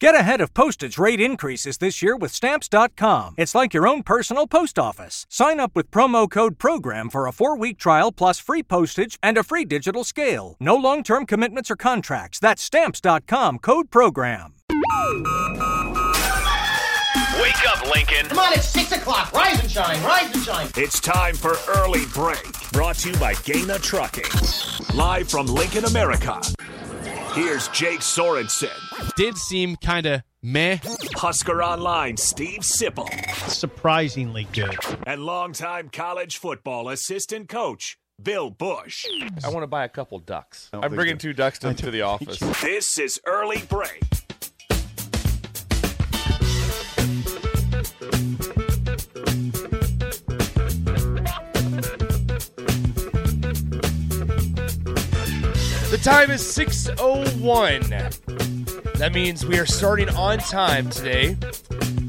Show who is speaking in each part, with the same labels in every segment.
Speaker 1: Get ahead of postage rate increases this year with Stamps.com. It's like your own personal post office. Sign up with promo code PROGRAM for a four week trial plus free postage and a free digital scale. No long term commitments or contracts. That's Stamps.com code PROGRAM.
Speaker 2: Wake up, Lincoln.
Speaker 3: Come on, it's 6 o'clock. Rise and shine, rise and shine.
Speaker 2: It's time for Early Break, brought to you by Gaina Trucking. Live from Lincoln, America. Here's Jake Sorensen,
Speaker 4: Did seem kind of meh.
Speaker 2: Husker Online Steve Sipple,
Speaker 5: surprisingly good.
Speaker 2: and longtime college football assistant coach Bill Bush.
Speaker 6: I want to buy a couple ducks. I'm bringing two ducks to, to the office.
Speaker 2: This is Early Break.
Speaker 6: The time is 6:01. That means we are starting on time today.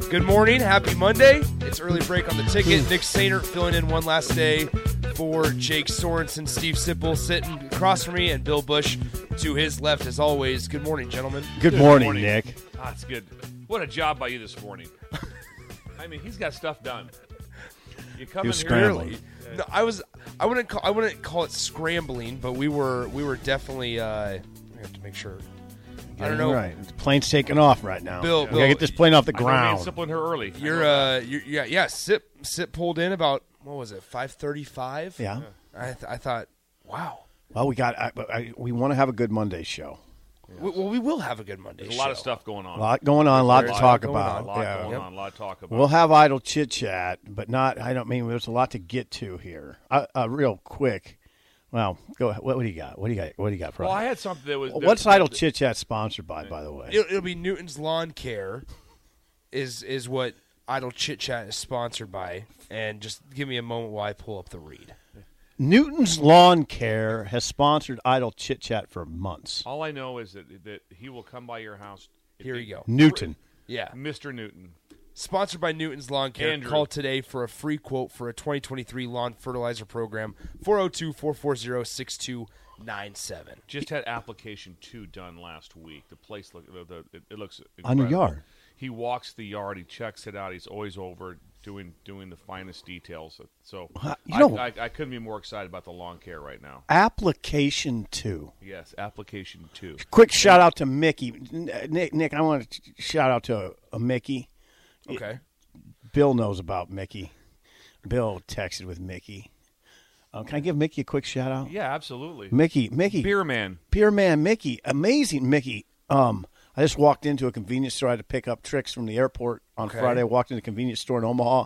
Speaker 6: Good morning, happy Monday. It's early break on the
Speaker 5: Hmm.
Speaker 6: ticket. Nick Sainer filling in one last day for Jake Sorensen, Steve Sipple sitting across from me, and Bill Bush to his left as always. Good morning, gentlemen.
Speaker 5: Good, morning, Nick.
Speaker 7: Ah, that's good. What a job by you this morning. I mean, he's got stuff done. You come
Speaker 5: He was
Speaker 7: in here
Speaker 5: scrambling.
Speaker 6: No, I was. I wouldn't. Call, I wouldn't call it scrambling, but we were. We were definitely. Uh, I have to make sure. I don't know.
Speaker 5: Right, the plane's taking off right now.
Speaker 6: Bill,
Speaker 5: we
Speaker 6: Bill,
Speaker 5: gotta get this plane off the
Speaker 7: I know me and
Speaker 5: ground.
Speaker 7: Sipple in here early.
Speaker 6: You're. Uh. You're, yeah. Yeah. Sip. Sip pulled in about what was it? Five thirty-five.
Speaker 5: Yeah.
Speaker 6: I. Th- I thought. Wow.
Speaker 5: Well, we got. I, I, we want to have a good Monday show.
Speaker 6: We, well, we will have a good Monday.
Speaker 7: There's a lot of
Speaker 6: show.
Speaker 7: stuff going on.
Speaker 5: A lot going on. A lot to
Speaker 6: There's a lot
Speaker 5: talk
Speaker 6: going
Speaker 5: about.
Speaker 7: a lot
Speaker 5: Yeah.
Speaker 7: going on. A lot to talk about.
Speaker 5: We'll have idle chit chat, but not. I don't mean there's a lot to get to here. Uh, uh, real quick. Well, go. ahead. What, what do you got? What do you got? What do you got for?
Speaker 7: well,
Speaker 5: us?
Speaker 7: I had something that was.
Speaker 5: What's
Speaker 7: that-
Speaker 5: idle chit chat sponsored by? By the way,
Speaker 6: It'll, it'll be Newton's Lawn Care. Is is what Idle Chit Chat is sponsored by, and just give me a moment while I pull up the read.
Speaker 5: Newton's Lawn Care has sponsored idle chit chat for months.
Speaker 7: All I know is that, that he will come by your house. if
Speaker 6: Here
Speaker 7: he-
Speaker 6: you go.
Speaker 5: Newton.
Speaker 6: Yeah.
Speaker 7: Mr. Newton.
Speaker 6: Sponsored by Newton's Lawn Care.
Speaker 7: Andrew.
Speaker 6: Call today for a free quote for a 2023 lawn fertilizer program. 402 440 6297.
Speaker 7: Just had application two done last week. The place look the, the, it, it looks
Speaker 5: On your
Speaker 7: incredible.
Speaker 5: yard.
Speaker 7: He walks the yard. He checks it out. He's always over doing doing the finest details. So
Speaker 5: Huh, you
Speaker 7: I,
Speaker 5: know-
Speaker 7: I, I couldn't be more excited about the lawn care right now.
Speaker 5: Application two.
Speaker 7: Yes, application two.
Speaker 5: Quick shout out to Mickey. N- Nick, Nick, I want to shout out to a, a Mickey.
Speaker 6: Okay.
Speaker 5: Bill knows about Mickey. Bill texted with Mickey. Uh, can I give Mickey a quick shout out?
Speaker 7: Yeah, absolutely.
Speaker 5: Mickey, Mickey,
Speaker 7: Beer man.
Speaker 5: Beer man Mickey, amazing Mickey. Um, I just walked into a convenience store. I had to pick up tricks from the airport on Friday. I walked into a convenience store in Omaha,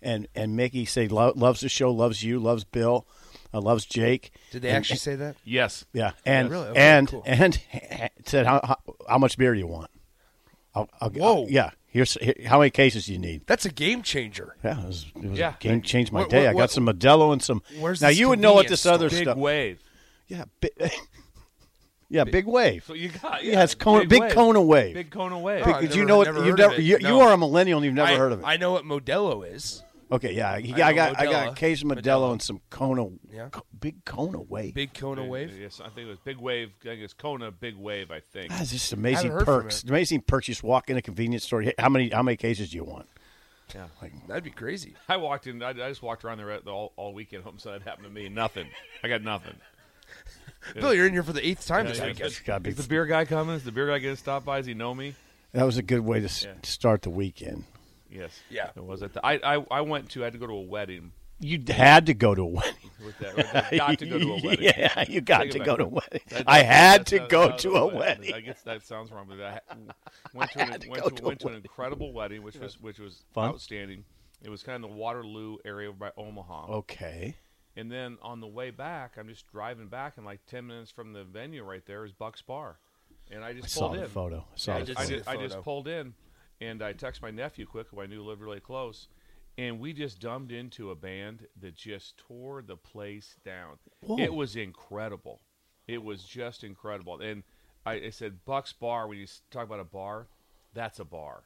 Speaker 5: and and Mickey said lo- loves the show, loves you, loves Bill, uh, loves Jake.
Speaker 6: Did they
Speaker 5: And-
Speaker 6: actually say that?
Speaker 7: Yes.
Speaker 5: Yeah, and
Speaker 6: Oh, Really? Okay,
Speaker 5: and
Speaker 6: cool.
Speaker 5: and said how, how how much beer do you want? I'll, I'll,
Speaker 6: Whoa.
Speaker 5: yeah, here's here, how many cases do you need.
Speaker 6: That's a game changer.
Speaker 5: Yeah, it was, it was
Speaker 7: Yeah.
Speaker 5: a game changed my
Speaker 6: What-
Speaker 5: day.
Speaker 6: what-
Speaker 5: I got
Speaker 6: what-
Speaker 5: some Modelo and some.
Speaker 6: Where's
Speaker 5: now
Speaker 6: this
Speaker 5: you would know what
Speaker 6: convenience
Speaker 5: this other
Speaker 6: store?
Speaker 7: Big
Speaker 5: stuff.
Speaker 7: wave.
Speaker 5: yeah, bi- yeah, big wave.
Speaker 7: So you got
Speaker 5: Yeah, it's Kona- big
Speaker 7: wave.
Speaker 5: Kona wave.
Speaker 7: Big Kona wave.
Speaker 6: Oh,
Speaker 5: Because
Speaker 6: I've
Speaker 5: you
Speaker 6: never-
Speaker 5: know
Speaker 6: never
Speaker 5: it.
Speaker 6: heard
Speaker 5: You
Speaker 6: of
Speaker 5: never.
Speaker 6: it.
Speaker 5: You,
Speaker 6: No.
Speaker 5: you are a millennial. and You've never
Speaker 6: I,
Speaker 5: heard of it.
Speaker 6: I know what Modelo is.
Speaker 5: okay, yeah, you-
Speaker 6: I
Speaker 5: I,
Speaker 6: know
Speaker 5: got I got
Speaker 6: Modelo.
Speaker 5: a case of
Speaker 6: Modelo.
Speaker 5: Modelo and some Kona.
Speaker 6: Yeah.
Speaker 5: Co- big Kona wave.
Speaker 6: Big Kona wave.
Speaker 7: Yes, I think it was big wave. I think it's Kona big wave. I think.
Speaker 5: God, it's just amazing
Speaker 6: heard from
Speaker 5: perks.
Speaker 6: it.
Speaker 5: Amazing perks. You just walk in a convenience store. Hey, How many how many cases do you want?
Speaker 6: That'd be crazy.
Speaker 7: I walked in. I, I just walked around there all, all weekend. Home so that happened to me. Nothing. I got nothing.
Speaker 6: Bill, you're in here for the eighth time this
Speaker 7: yeah,
Speaker 6: weekend.
Speaker 5: It's gotta be-
Speaker 7: Is the beer guy coming? Is the beer guy going to stop by? Does he know me?
Speaker 5: That was a good way to s- start the weekend.
Speaker 7: Yes.
Speaker 6: Yeah.
Speaker 7: It was at the, I, I I went to. I had to go to a wedding
Speaker 5: You had to go to a wedding.
Speaker 7: with that. With that got to go to a wedding.
Speaker 5: yeah, you got
Speaker 7: Take it
Speaker 5: to
Speaker 7: back.
Speaker 5: go to a wedding.
Speaker 7: That-
Speaker 5: I
Speaker 7: that-
Speaker 5: had
Speaker 7: that's
Speaker 5: to
Speaker 7: not-
Speaker 5: go
Speaker 7: that's
Speaker 5: to
Speaker 7: not
Speaker 5: a
Speaker 7: the I
Speaker 5: wedding.
Speaker 7: guess that sounds wrong, but I ha- went to
Speaker 5: had
Speaker 7: an,
Speaker 5: to
Speaker 7: went
Speaker 5: go
Speaker 7: to,
Speaker 5: to a
Speaker 7: went to an
Speaker 5: wedding.
Speaker 7: incredible wedding, which was which was
Speaker 5: Fun?
Speaker 7: outstanding. It was kind of the Waterloo area by
Speaker 5: Oh,
Speaker 7: Omaha.
Speaker 5: Okay.
Speaker 7: And then on the way back, I'm just driving back, and like ten minutes from the venue right there is Buck's Bar. and I just
Speaker 5: I saw
Speaker 7: pulled
Speaker 5: the
Speaker 7: in.
Speaker 5: photo. I saw
Speaker 7: I
Speaker 5: the
Speaker 7: just,
Speaker 5: photo.
Speaker 7: I just, I just
Speaker 6: Photo.
Speaker 7: pulled in, and I texted my nephew quick, who I knew lived really close, and we just dumbed into a band that just tore the place down. It was incredible. It was just incredible. And I, I said, Buck's Bar. When you s- talk about a bar, that's a bar.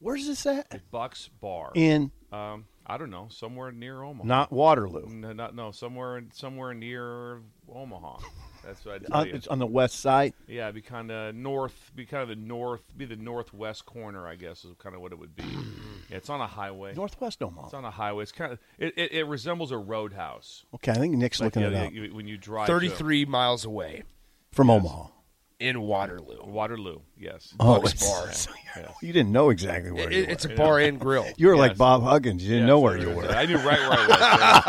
Speaker 5: Where's this at?
Speaker 7: Buck's Bar.
Speaker 5: In
Speaker 7: um, I don't know, somewhere near Omaha.
Speaker 5: not Waterloo.
Speaker 7: No, not, no, somewhere, somewhere near Omaha. That's what I'd tell
Speaker 5: On,
Speaker 7: you.
Speaker 5: Uh, it's on the west side.
Speaker 7: Yeah, it'd be kind of north, be kind of the north, be the northwest corner, I guess, is kind of what it would be. yeah, it's on a highway.
Speaker 5: Northwest
Speaker 7: It's
Speaker 5: Omaha.
Speaker 7: on a highway. It's kind of it, it, it resembles a roadhouse.
Speaker 5: Okay, I think Nick's
Speaker 7: Like,
Speaker 5: looking
Speaker 7: yeah,
Speaker 5: it
Speaker 7: yeah,
Speaker 5: up
Speaker 7: you- when you drive to
Speaker 6: 33 miles away
Speaker 5: from Omaha.
Speaker 6: in Waterloo.
Speaker 7: Waterloo. Yes.
Speaker 5: Oh,
Speaker 6: Buck's
Speaker 5: it's-
Speaker 6: Bar.
Speaker 5: so you- you didn't know exactly where
Speaker 6: It-
Speaker 5: you
Speaker 6: it-
Speaker 5: were.
Speaker 6: it's a bar and grill.
Speaker 5: you were like
Speaker 7: Yes.
Speaker 5: Bob Huggins. You didn't
Speaker 7: Yes,
Speaker 5: know where
Speaker 7: I
Speaker 5: you
Speaker 7: was
Speaker 5: were.
Speaker 7: at. I knew right where I was. yeah.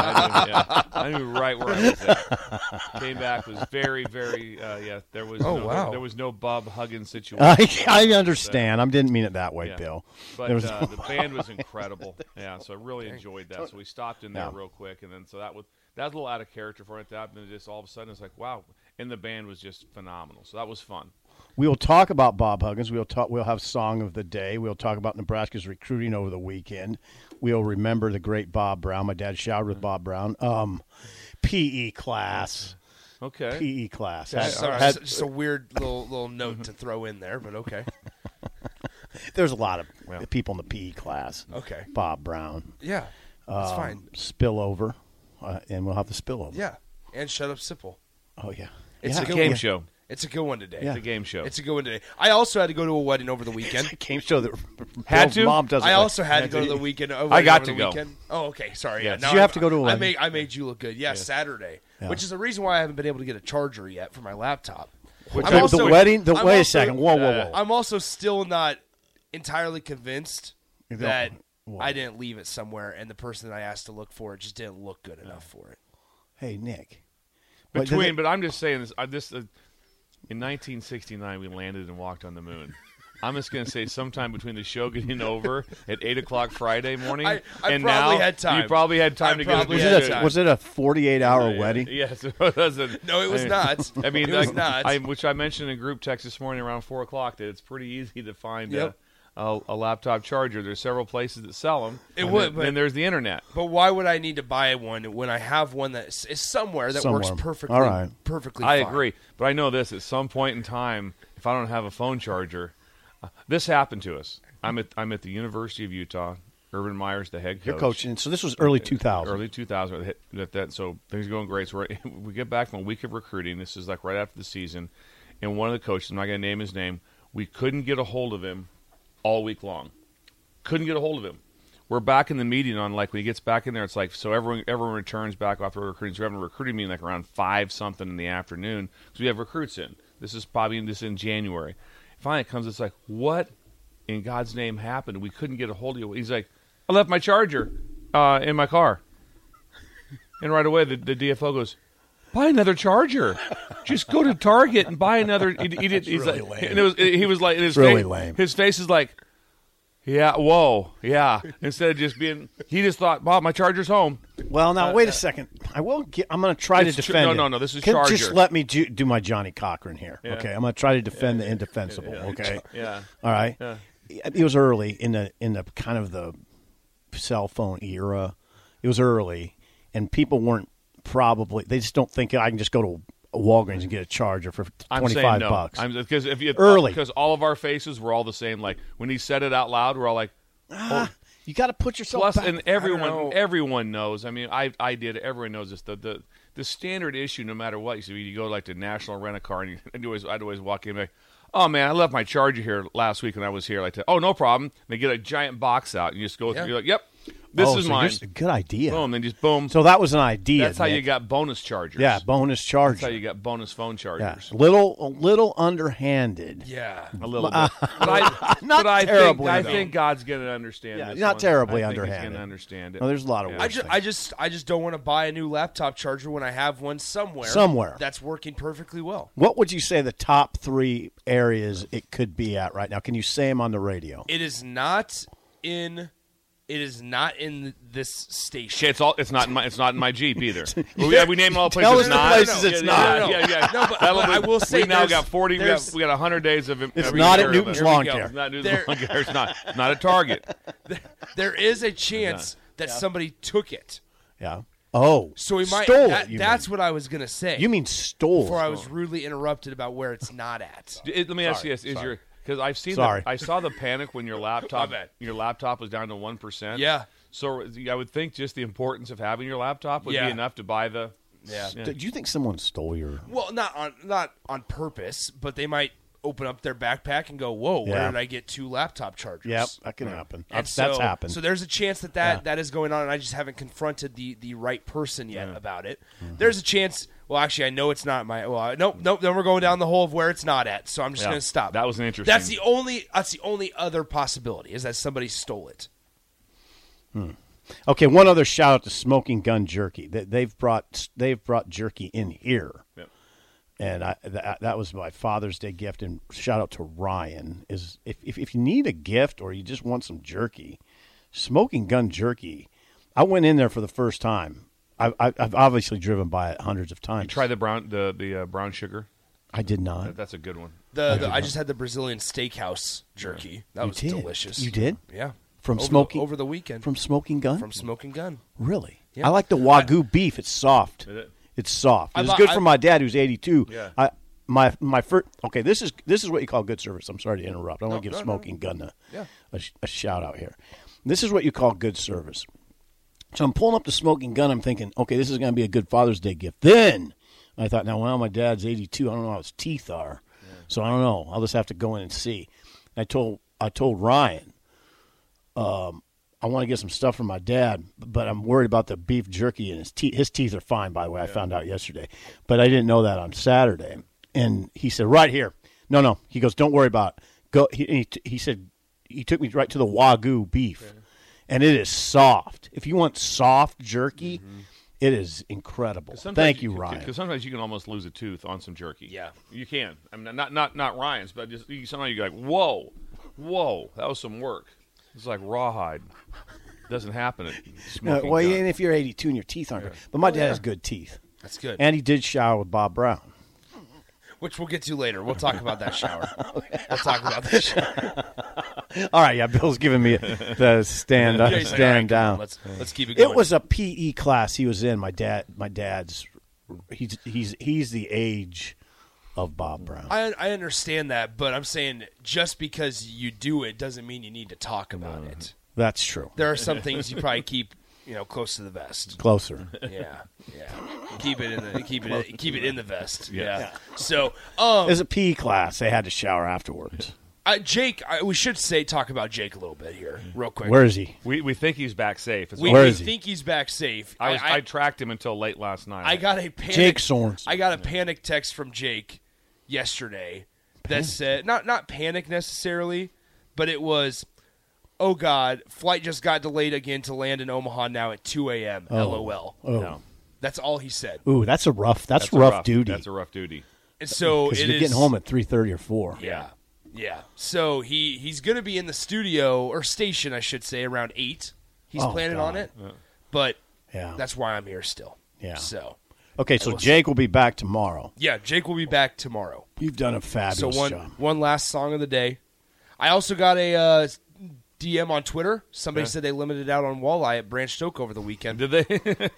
Speaker 7: I, knew, yeah. I knew right where I was. At. Came back was very, very. Uh, yeah, there was.
Speaker 6: Oh,
Speaker 7: no,
Speaker 6: wow.
Speaker 7: There, there was no Bob Huggins situation.
Speaker 5: I, I understand. I didn't mean it that way,
Speaker 7: Yeah.
Speaker 5: Bill.
Speaker 7: But
Speaker 5: There was
Speaker 7: uh, the band was incredible. yeah, so I really enjoyed that. So we stopped in there
Speaker 5: Yeah.
Speaker 7: real quick, and then so that was that was a little out of character for it. That and just all of a sudden it's like wow, and the band was just phenomenal. So that was fun.
Speaker 5: We will talk about Bob Huggins. We'll talk. We'll have song of the day. We'll talk about Nebraska's recruiting over the weekend. We'll remember the great Bob Brown. My dad showered with Bob Brown. Um, PE class.
Speaker 7: Okay.
Speaker 5: PE class.
Speaker 6: Sorry,
Speaker 5: Had-
Speaker 6: Just a,
Speaker 5: had-
Speaker 6: weird little little note to throw in there, but okay.
Speaker 5: there's a lot of people in the PE class.
Speaker 6: Okay.
Speaker 5: Bob Brown.
Speaker 6: Yeah, it's
Speaker 5: Um,
Speaker 6: fine.
Speaker 5: Spillover, uh, and we'll have the spillover.
Speaker 6: Yeah, and shut up, Sipple.
Speaker 5: Oh yeah.
Speaker 6: It's
Speaker 5: Yeah.
Speaker 6: a
Speaker 7: Game
Speaker 6: Yeah.
Speaker 7: show.
Speaker 6: It's a good one today.
Speaker 7: It's a game show.
Speaker 6: It's a good one today. I also had to go to a wedding over the weekend.
Speaker 5: It's a game show that
Speaker 7: Had
Speaker 5: Bill's
Speaker 7: to?
Speaker 5: mom doesn't.
Speaker 6: I
Speaker 5: like.
Speaker 6: also had to go to the weekend. a
Speaker 7: I
Speaker 6: wedding
Speaker 7: got
Speaker 6: over
Speaker 7: to
Speaker 6: the
Speaker 7: go.
Speaker 6: Weekend. Oh, okay. Sorry.
Speaker 7: Yeah.
Speaker 6: Yeah.
Speaker 7: Did
Speaker 6: now
Speaker 5: you have
Speaker 6: I'm-
Speaker 5: to go to a
Speaker 6: I
Speaker 5: wedding?
Speaker 6: made I made you look good. Yeah, Saturday,
Speaker 5: Yeah.
Speaker 6: which is the reason why I haven't been able to get a charger yet for my laptop.
Speaker 5: Which
Speaker 6: I'm
Speaker 5: the
Speaker 6: also-
Speaker 5: wedding. The,
Speaker 6: I'm
Speaker 5: wait a
Speaker 6: also-
Speaker 5: second. Whoa, whoa,
Speaker 7: uh,
Speaker 5: whoa.
Speaker 6: I'm also still not entirely convinced
Speaker 5: You don't-
Speaker 6: that
Speaker 5: Whoa.
Speaker 6: I didn't leave it somewhere, and the person that I asked to look for it just didn't look good enough for it.
Speaker 5: hey Nick. What, did
Speaker 7: Between,
Speaker 5: they-
Speaker 7: but I'm just saying this. I, this uh, in 1969 we landed and walked on the moon. I'm just gonna say sometime between the show getting over at eight o'clock Friday morning
Speaker 6: I- I
Speaker 7: and
Speaker 6: probably
Speaker 7: now
Speaker 6: had time.
Speaker 7: you probably had time
Speaker 6: I
Speaker 7: to get
Speaker 6: probably
Speaker 7: it.
Speaker 6: had
Speaker 7: together.
Speaker 6: time.
Speaker 5: was it a 48
Speaker 6: Oh,
Speaker 5: hour wedding?
Speaker 7: Yes, it was. a-
Speaker 6: No, it was
Speaker 7: I mean-
Speaker 6: not.
Speaker 7: I mean,
Speaker 6: it was
Speaker 7: I,
Speaker 6: not.
Speaker 7: I, which I mentioned in group text this morning around four o'clock that it's pretty easy to find
Speaker 6: Yep.
Speaker 7: a, a, a laptop charger. There's several places that sell them.
Speaker 6: It
Speaker 7: and
Speaker 6: would,
Speaker 7: then,
Speaker 6: but-
Speaker 7: then there's the internet.
Speaker 6: But why would I need to buy one when I have one that is somewhere that
Speaker 5: Somewhere.
Speaker 6: works perfectly?
Speaker 5: All right.
Speaker 6: perfectly.
Speaker 7: I
Speaker 6: fine?
Speaker 7: agree, but I know this: at some point in time, if I don't have a phone charger, uh, this happened to us. I'm at I'm at the University of Utah. Urban Meyer's the head coach.
Speaker 5: You're coaching. So this was early 2000.
Speaker 7: Early 2000. hit- That, that, so things are going great. So we're, we get back from a week of recruiting. This is like right after the season. And one of the coaches, I'm not going to name his name, we couldn't get a hold of him all week long. Couldn't get a hold of him. We're back in the meeting on like when he gets back in there, it's like so everyone everyone returns back after recruiting. So we're having a recruiting meeting like around five something in the afternoon. So we have recruits in. This is probably in this in January. Finally it comes, it's like, what in God's name happened? We couldn't get a hold of you. He's like, I left my charger uh, in my car. And right away, the, the DFO goes, "Buy another charger. Just go to Target and buy another." He, he did, he's
Speaker 5: really
Speaker 7: like,
Speaker 5: lame.
Speaker 7: And it was he was like, his
Speaker 5: Really
Speaker 7: face,
Speaker 5: lame.
Speaker 7: His face is like, "Yeah, whoa, yeah." Instead of just being, he just thought, "Bob, my charger's home."
Speaker 5: Well, now wait a second. I will. Get, I'm going to try to
Speaker 7: Uh, It's tr-
Speaker 5: defend.
Speaker 7: no,
Speaker 5: it.
Speaker 7: no, no, this is
Speaker 5: Can- Just
Speaker 7: Charger.
Speaker 5: let me do, do my Johnny Cochran here. Okay, I'm going to try to defend the indefensible. Okay.
Speaker 7: Yeah.
Speaker 5: All right. It was early in the in the kind of the cell phone era. It was early, and people weren't probably. They just don't think I can just go to Walgreens and get a charger for
Speaker 7: I'm
Speaker 5: twenty
Speaker 7: saying
Speaker 5: five
Speaker 7: no.
Speaker 5: bucks.
Speaker 7: I'm because if you
Speaker 5: Early.
Speaker 7: because all of our faces were all the same. Like when he said it out loud, we're all like,
Speaker 5: you got to put yourself.
Speaker 7: Plus,
Speaker 5: back.
Speaker 7: and everyone everyone knows. I mean, I I did. Everyone knows this. The the the standard issue, no matter what. You see, you go like to National Rent a Car, and you, I'd always I'd always walk in like, oh man, I left my charger here last week when I was here. Like, to, oh no problem. And they get a giant box out, and you just go.
Speaker 6: Yeah.
Speaker 7: Through, you're like, yep, this
Speaker 5: Oh,
Speaker 7: is
Speaker 5: so
Speaker 7: mine.
Speaker 5: here's a Good idea.
Speaker 7: Boom. Then just boom.
Speaker 5: So that was an idea.
Speaker 7: that's how you
Speaker 5: Nick.
Speaker 7: got bonus chargers.
Speaker 5: Yeah, bonus charger.
Speaker 7: that's how you got bonus phone
Speaker 5: Yeah,
Speaker 7: chargers.
Speaker 5: little a little underhanded.
Speaker 6: Yeah.
Speaker 7: A little bit, but I,
Speaker 5: Not
Speaker 7: but I
Speaker 5: terribly,
Speaker 7: Think,
Speaker 5: though.
Speaker 7: I think God's gonna understand.
Speaker 5: Yeah,
Speaker 7: this
Speaker 5: not
Speaker 7: one.
Speaker 5: terribly
Speaker 7: I think he's
Speaker 5: underhanded.
Speaker 7: gonna understand it.
Speaker 5: No, there's a lot of
Speaker 6: I
Speaker 5: worse
Speaker 6: just,
Speaker 5: things.
Speaker 6: I just, I just don't want to buy a new laptop charger when I have one somewhere.
Speaker 5: Somewhere.
Speaker 6: that's working perfectly well.
Speaker 5: what would you say the top three areas it could be at right now? Can you say them on the radio?
Speaker 6: It is not in It is not in this station.
Speaker 7: Okay, it's all. It's not in my. It's not in my Jeep either. Well, yeah, we named all the places.
Speaker 5: Tell
Speaker 7: it's
Speaker 5: us the
Speaker 7: not.
Speaker 5: places
Speaker 7: Yeah,
Speaker 5: it's
Speaker 7: yeah,
Speaker 5: not.
Speaker 7: Yeah, yeah. yeah.
Speaker 6: No, but-
Speaker 7: That'll
Speaker 6: but
Speaker 7: be-
Speaker 6: I will say
Speaker 7: we now
Speaker 6: there's-
Speaker 7: got forty. We got,
Speaker 6: there's-
Speaker 7: we got hundred days of.
Speaker 5: It's not at Newton's
Speaker 6: we
Speaker 5: Lawn
Speaker 6: go.
Speaker 5: Care.
Speaker 7: It's not Newton's
Speaker 6: There-
Speaker 7: lawn care. It's not. Not a Target.
Speaker 6: There is a chance that somebody took it.
Speaker 5: Yeah. Oh,
Speaker 6: So we might.
Speaker 5: stole.
Speaker 6: that-
Speaker 5: you
Speaker 6: that's
Speaker 5: mean.
Speaker 6: what I was gonna say.
Speaker 5: you mean stole.
Speaker 6: before I was rudely interrupted about where it's not at.
Speaker 7: D- it- let me ask you this: Is your because I've seen
Speaker 5: Sorry.
Speaker 7: The, I saw the panic when your laptop
Speaker 6: bad.
Speaker 7: your laptop was down to one percent.
Speaker 6: Yeah.
Speaker 7: So I would think just the importance of having your laptop would
Speaker 6: Yeah.
Speaker 7: be enough to buy the.
Speaker 6: Yeah.
Speaker 5: Do you think someone stole your?
Speaker 6: Well, not on not on purpose, but they might open up their backpack and go, "Whoa, where
Speaker 5: Yeah.
Speaker 6: did I get two laptop chargers?"
Speaker 5: Yep, that can happen.
Speaker 6: And
Speaker 5: That's, that's
Speaker 6: so-
Speaker 5: happened.
Speaker 6: So there's a chance that that, that is going on, and I just haven't confronted the, the right person yet about it.
Speaker 5: Mm-hmm.
Speaker 6: There's a chance. Well, actually, I know it's not my. Well, I- nope, nope. Then we're going down the hole of where it's not at. So I'm just
Speaker 7: Yeah.
Speaker 6: going to stop.
Speaker 7: That was an interesting-
Speaker 6: That's the only. That's the only other possibility is that somebody stole it.
Speaker 5: okay, one other shout out to Smoking Gun Jerky. They, they've brought they've brought jerky in here,
Speaker 7: Yep.
Speaker 5: and I that, that was my Father's Day gift. And shout out to Ryan is if, if if you need a gift or you just want some jerky, Smoking Gun Jerky. I went in there for the first time. I, I, I've obviously driven by it hundreds of times.
Speaker 7: Try the brown the the uh, brown sugar.
Speaker 5: I did not.
Speaker 7: That- That's a good one.
Speaker 6: The, the I just had the Brazilian steakhouse jerky. That was
Speaker 5: did.
Speaker 6: delicious.
Speaker 5: You did?
Speaker 6: Yeah.
Speaker 5: From
Speaker 6: over
Speaker 5: smoking-
Speaker 6: the, over the weekend
Speaker 5: from Smoking Gun.
Speaker 6: from Smoking Gun.
Speaker 5: Really?
Speaker 6: Yeah.
Speaker 5: I like the Wagyu beef. It's soft.
Speaker 7: it?
Speaker 5: It's soft.
Speaker 6: I
Speaker 5: It's
Speaker 6: bu-
Speaker 5: good
Speaker 6: I-
Speaker 5: for my dad who's 82.
Speaker 7: Yeah.
Speaker 5: I my my first okay, this is this is what you call good service. I'm sorry to interrupt. I want to give Smoking Gun a, a sh- a shout out here. This is what you call good service. So I'm pulling up the Smoking Gun. I'm thinking, okay, this is going to be a good Father's Day gift. Then I thought, now, well, my dad's 82. I don't know how his teeth are. So I don't know. I'll just have to go in and see. And I told I told Ryan, I want to get some stuff from my dad, but I'm worried about the beef jerky and his teeth. His teeth are fine, by the way. I found out yesterday, but I didn't know that on Saturday. And he said, "Right here." No, no. He goes, "Don't worry about it." Go. He he, t- he said he took me right to the wagyu beef, and it is soft. If you want soft jerky,
Speaker 6: Mm-hmm.
Speaker 5: it is incredible. Thank you, Ryan.
Speaker 7: Because sometimes you can almost lose a tooth on some jerky.
Speaker 6: Yeah.
Speaker 7: you can. I mean, not not not Ryan's, but just you, sometimes you're like, whoa, whoa, that was some work. It's like rawhide. Doesn't happen. At
Speaker 5: Uh,
Speaker 7: Smoking
Speaker 5: well,
Speaker 7: Gun.
Speaker 5: and if you're 82 and your teeth aren't, good,
Speaker 6: Oh,
Speaker 5: but my dad has good teeth,
Speaker 6: That's good.
Speaker 5: and he did shower with Bob Brown.
Speaker 6: which we'll get to later. We'll talk about that shower. we'll talk about that shower.
Speaker 5: All right, yeah. Bill's giving me the stand uh,
Speaker 6: Yeah, he's like,
Speaker 5: stand
Speaker 6: "All right, come on,
Speaker 5: down.
Speaker 6: Let's let's keep it going.
Speaker 5: It was a PE class he was in. My dad, my dad's, he's he's he's the age of Bob Brown.
Speaker 6: I, I understand that, but I'm saying just because you do it doesn't mean you need to talk about it.
Speaker 5: That's true.
Speaker 6: There are some things you probably keep, you know, close to the vest.
Speaker 5: Closer.
Speaker 6: Yeah, yeah. Keep it in the keep it keep it in the vest. Yeah. So, um,
Speaker 5: It was a PE class. They had to shower afterwards.
Speaker 6: uh, Jake, I, we should say talk about Jake a little bit here, real quick.
Speaker 5: Where is he?
Speaker 7: we we think he's back safe. It's
Speaker 6: we,
Speaker 5: Where
Speaker 6: we
Speaker 5: is he?
Speaker 6: think he's back safe.
Speaker 7: I, was, I,
Speaker 6: I,
Speaker 7: tracked him until late last night.
Speaker 6: I got a panic,
Speaker 5: Jake Sorensen.
Speaker 6: I got a panic text from Jake yesterday that said not not panic necessarily, but it was, oh God, flight just got delayed again to land in Omaha now at two a.m. LOL.
Speaker 5: Oh,
Speaker 6: That's all he said.
Speaker 5: ooh, that's a rough. That's,
Speaker 7: That's a
Speaker 5: rough, duty.
Speaker 7: That's a rough duty.
Speaker 6: And so it
Speaker 5: Because you're
Speaker 6: is-
Speaker 5: getting home at three thirty or four.
Speaker 6: Yeah, yeah. So he he's gonna be in the studio or station, I should say, around eight. He's
Speaker 5: Oh,
Speaker 6: planning
Speaker 5: God.
Speaker 6: on it, but
Speaker 5: Yeah.
Speaker 6: that's why I'm here still.
Speaker 5: Yeah.
Speaker 6: So
Speaker 5: okay, so Jake will be back tomorrow.
Speaker 6: yeah, Jake will be back tomorrow.
Speaker 5: You've done a
Speaker 6: So
Speaker 5: fabulous
Speaker 6: one
Speaker 5: job.
Speaker 6: one last song of the day. I also got a uh, DM on Twitter. Somebody said they limited out on walleye at Branch Stoke over the weekend.
Speaker 7: Did they?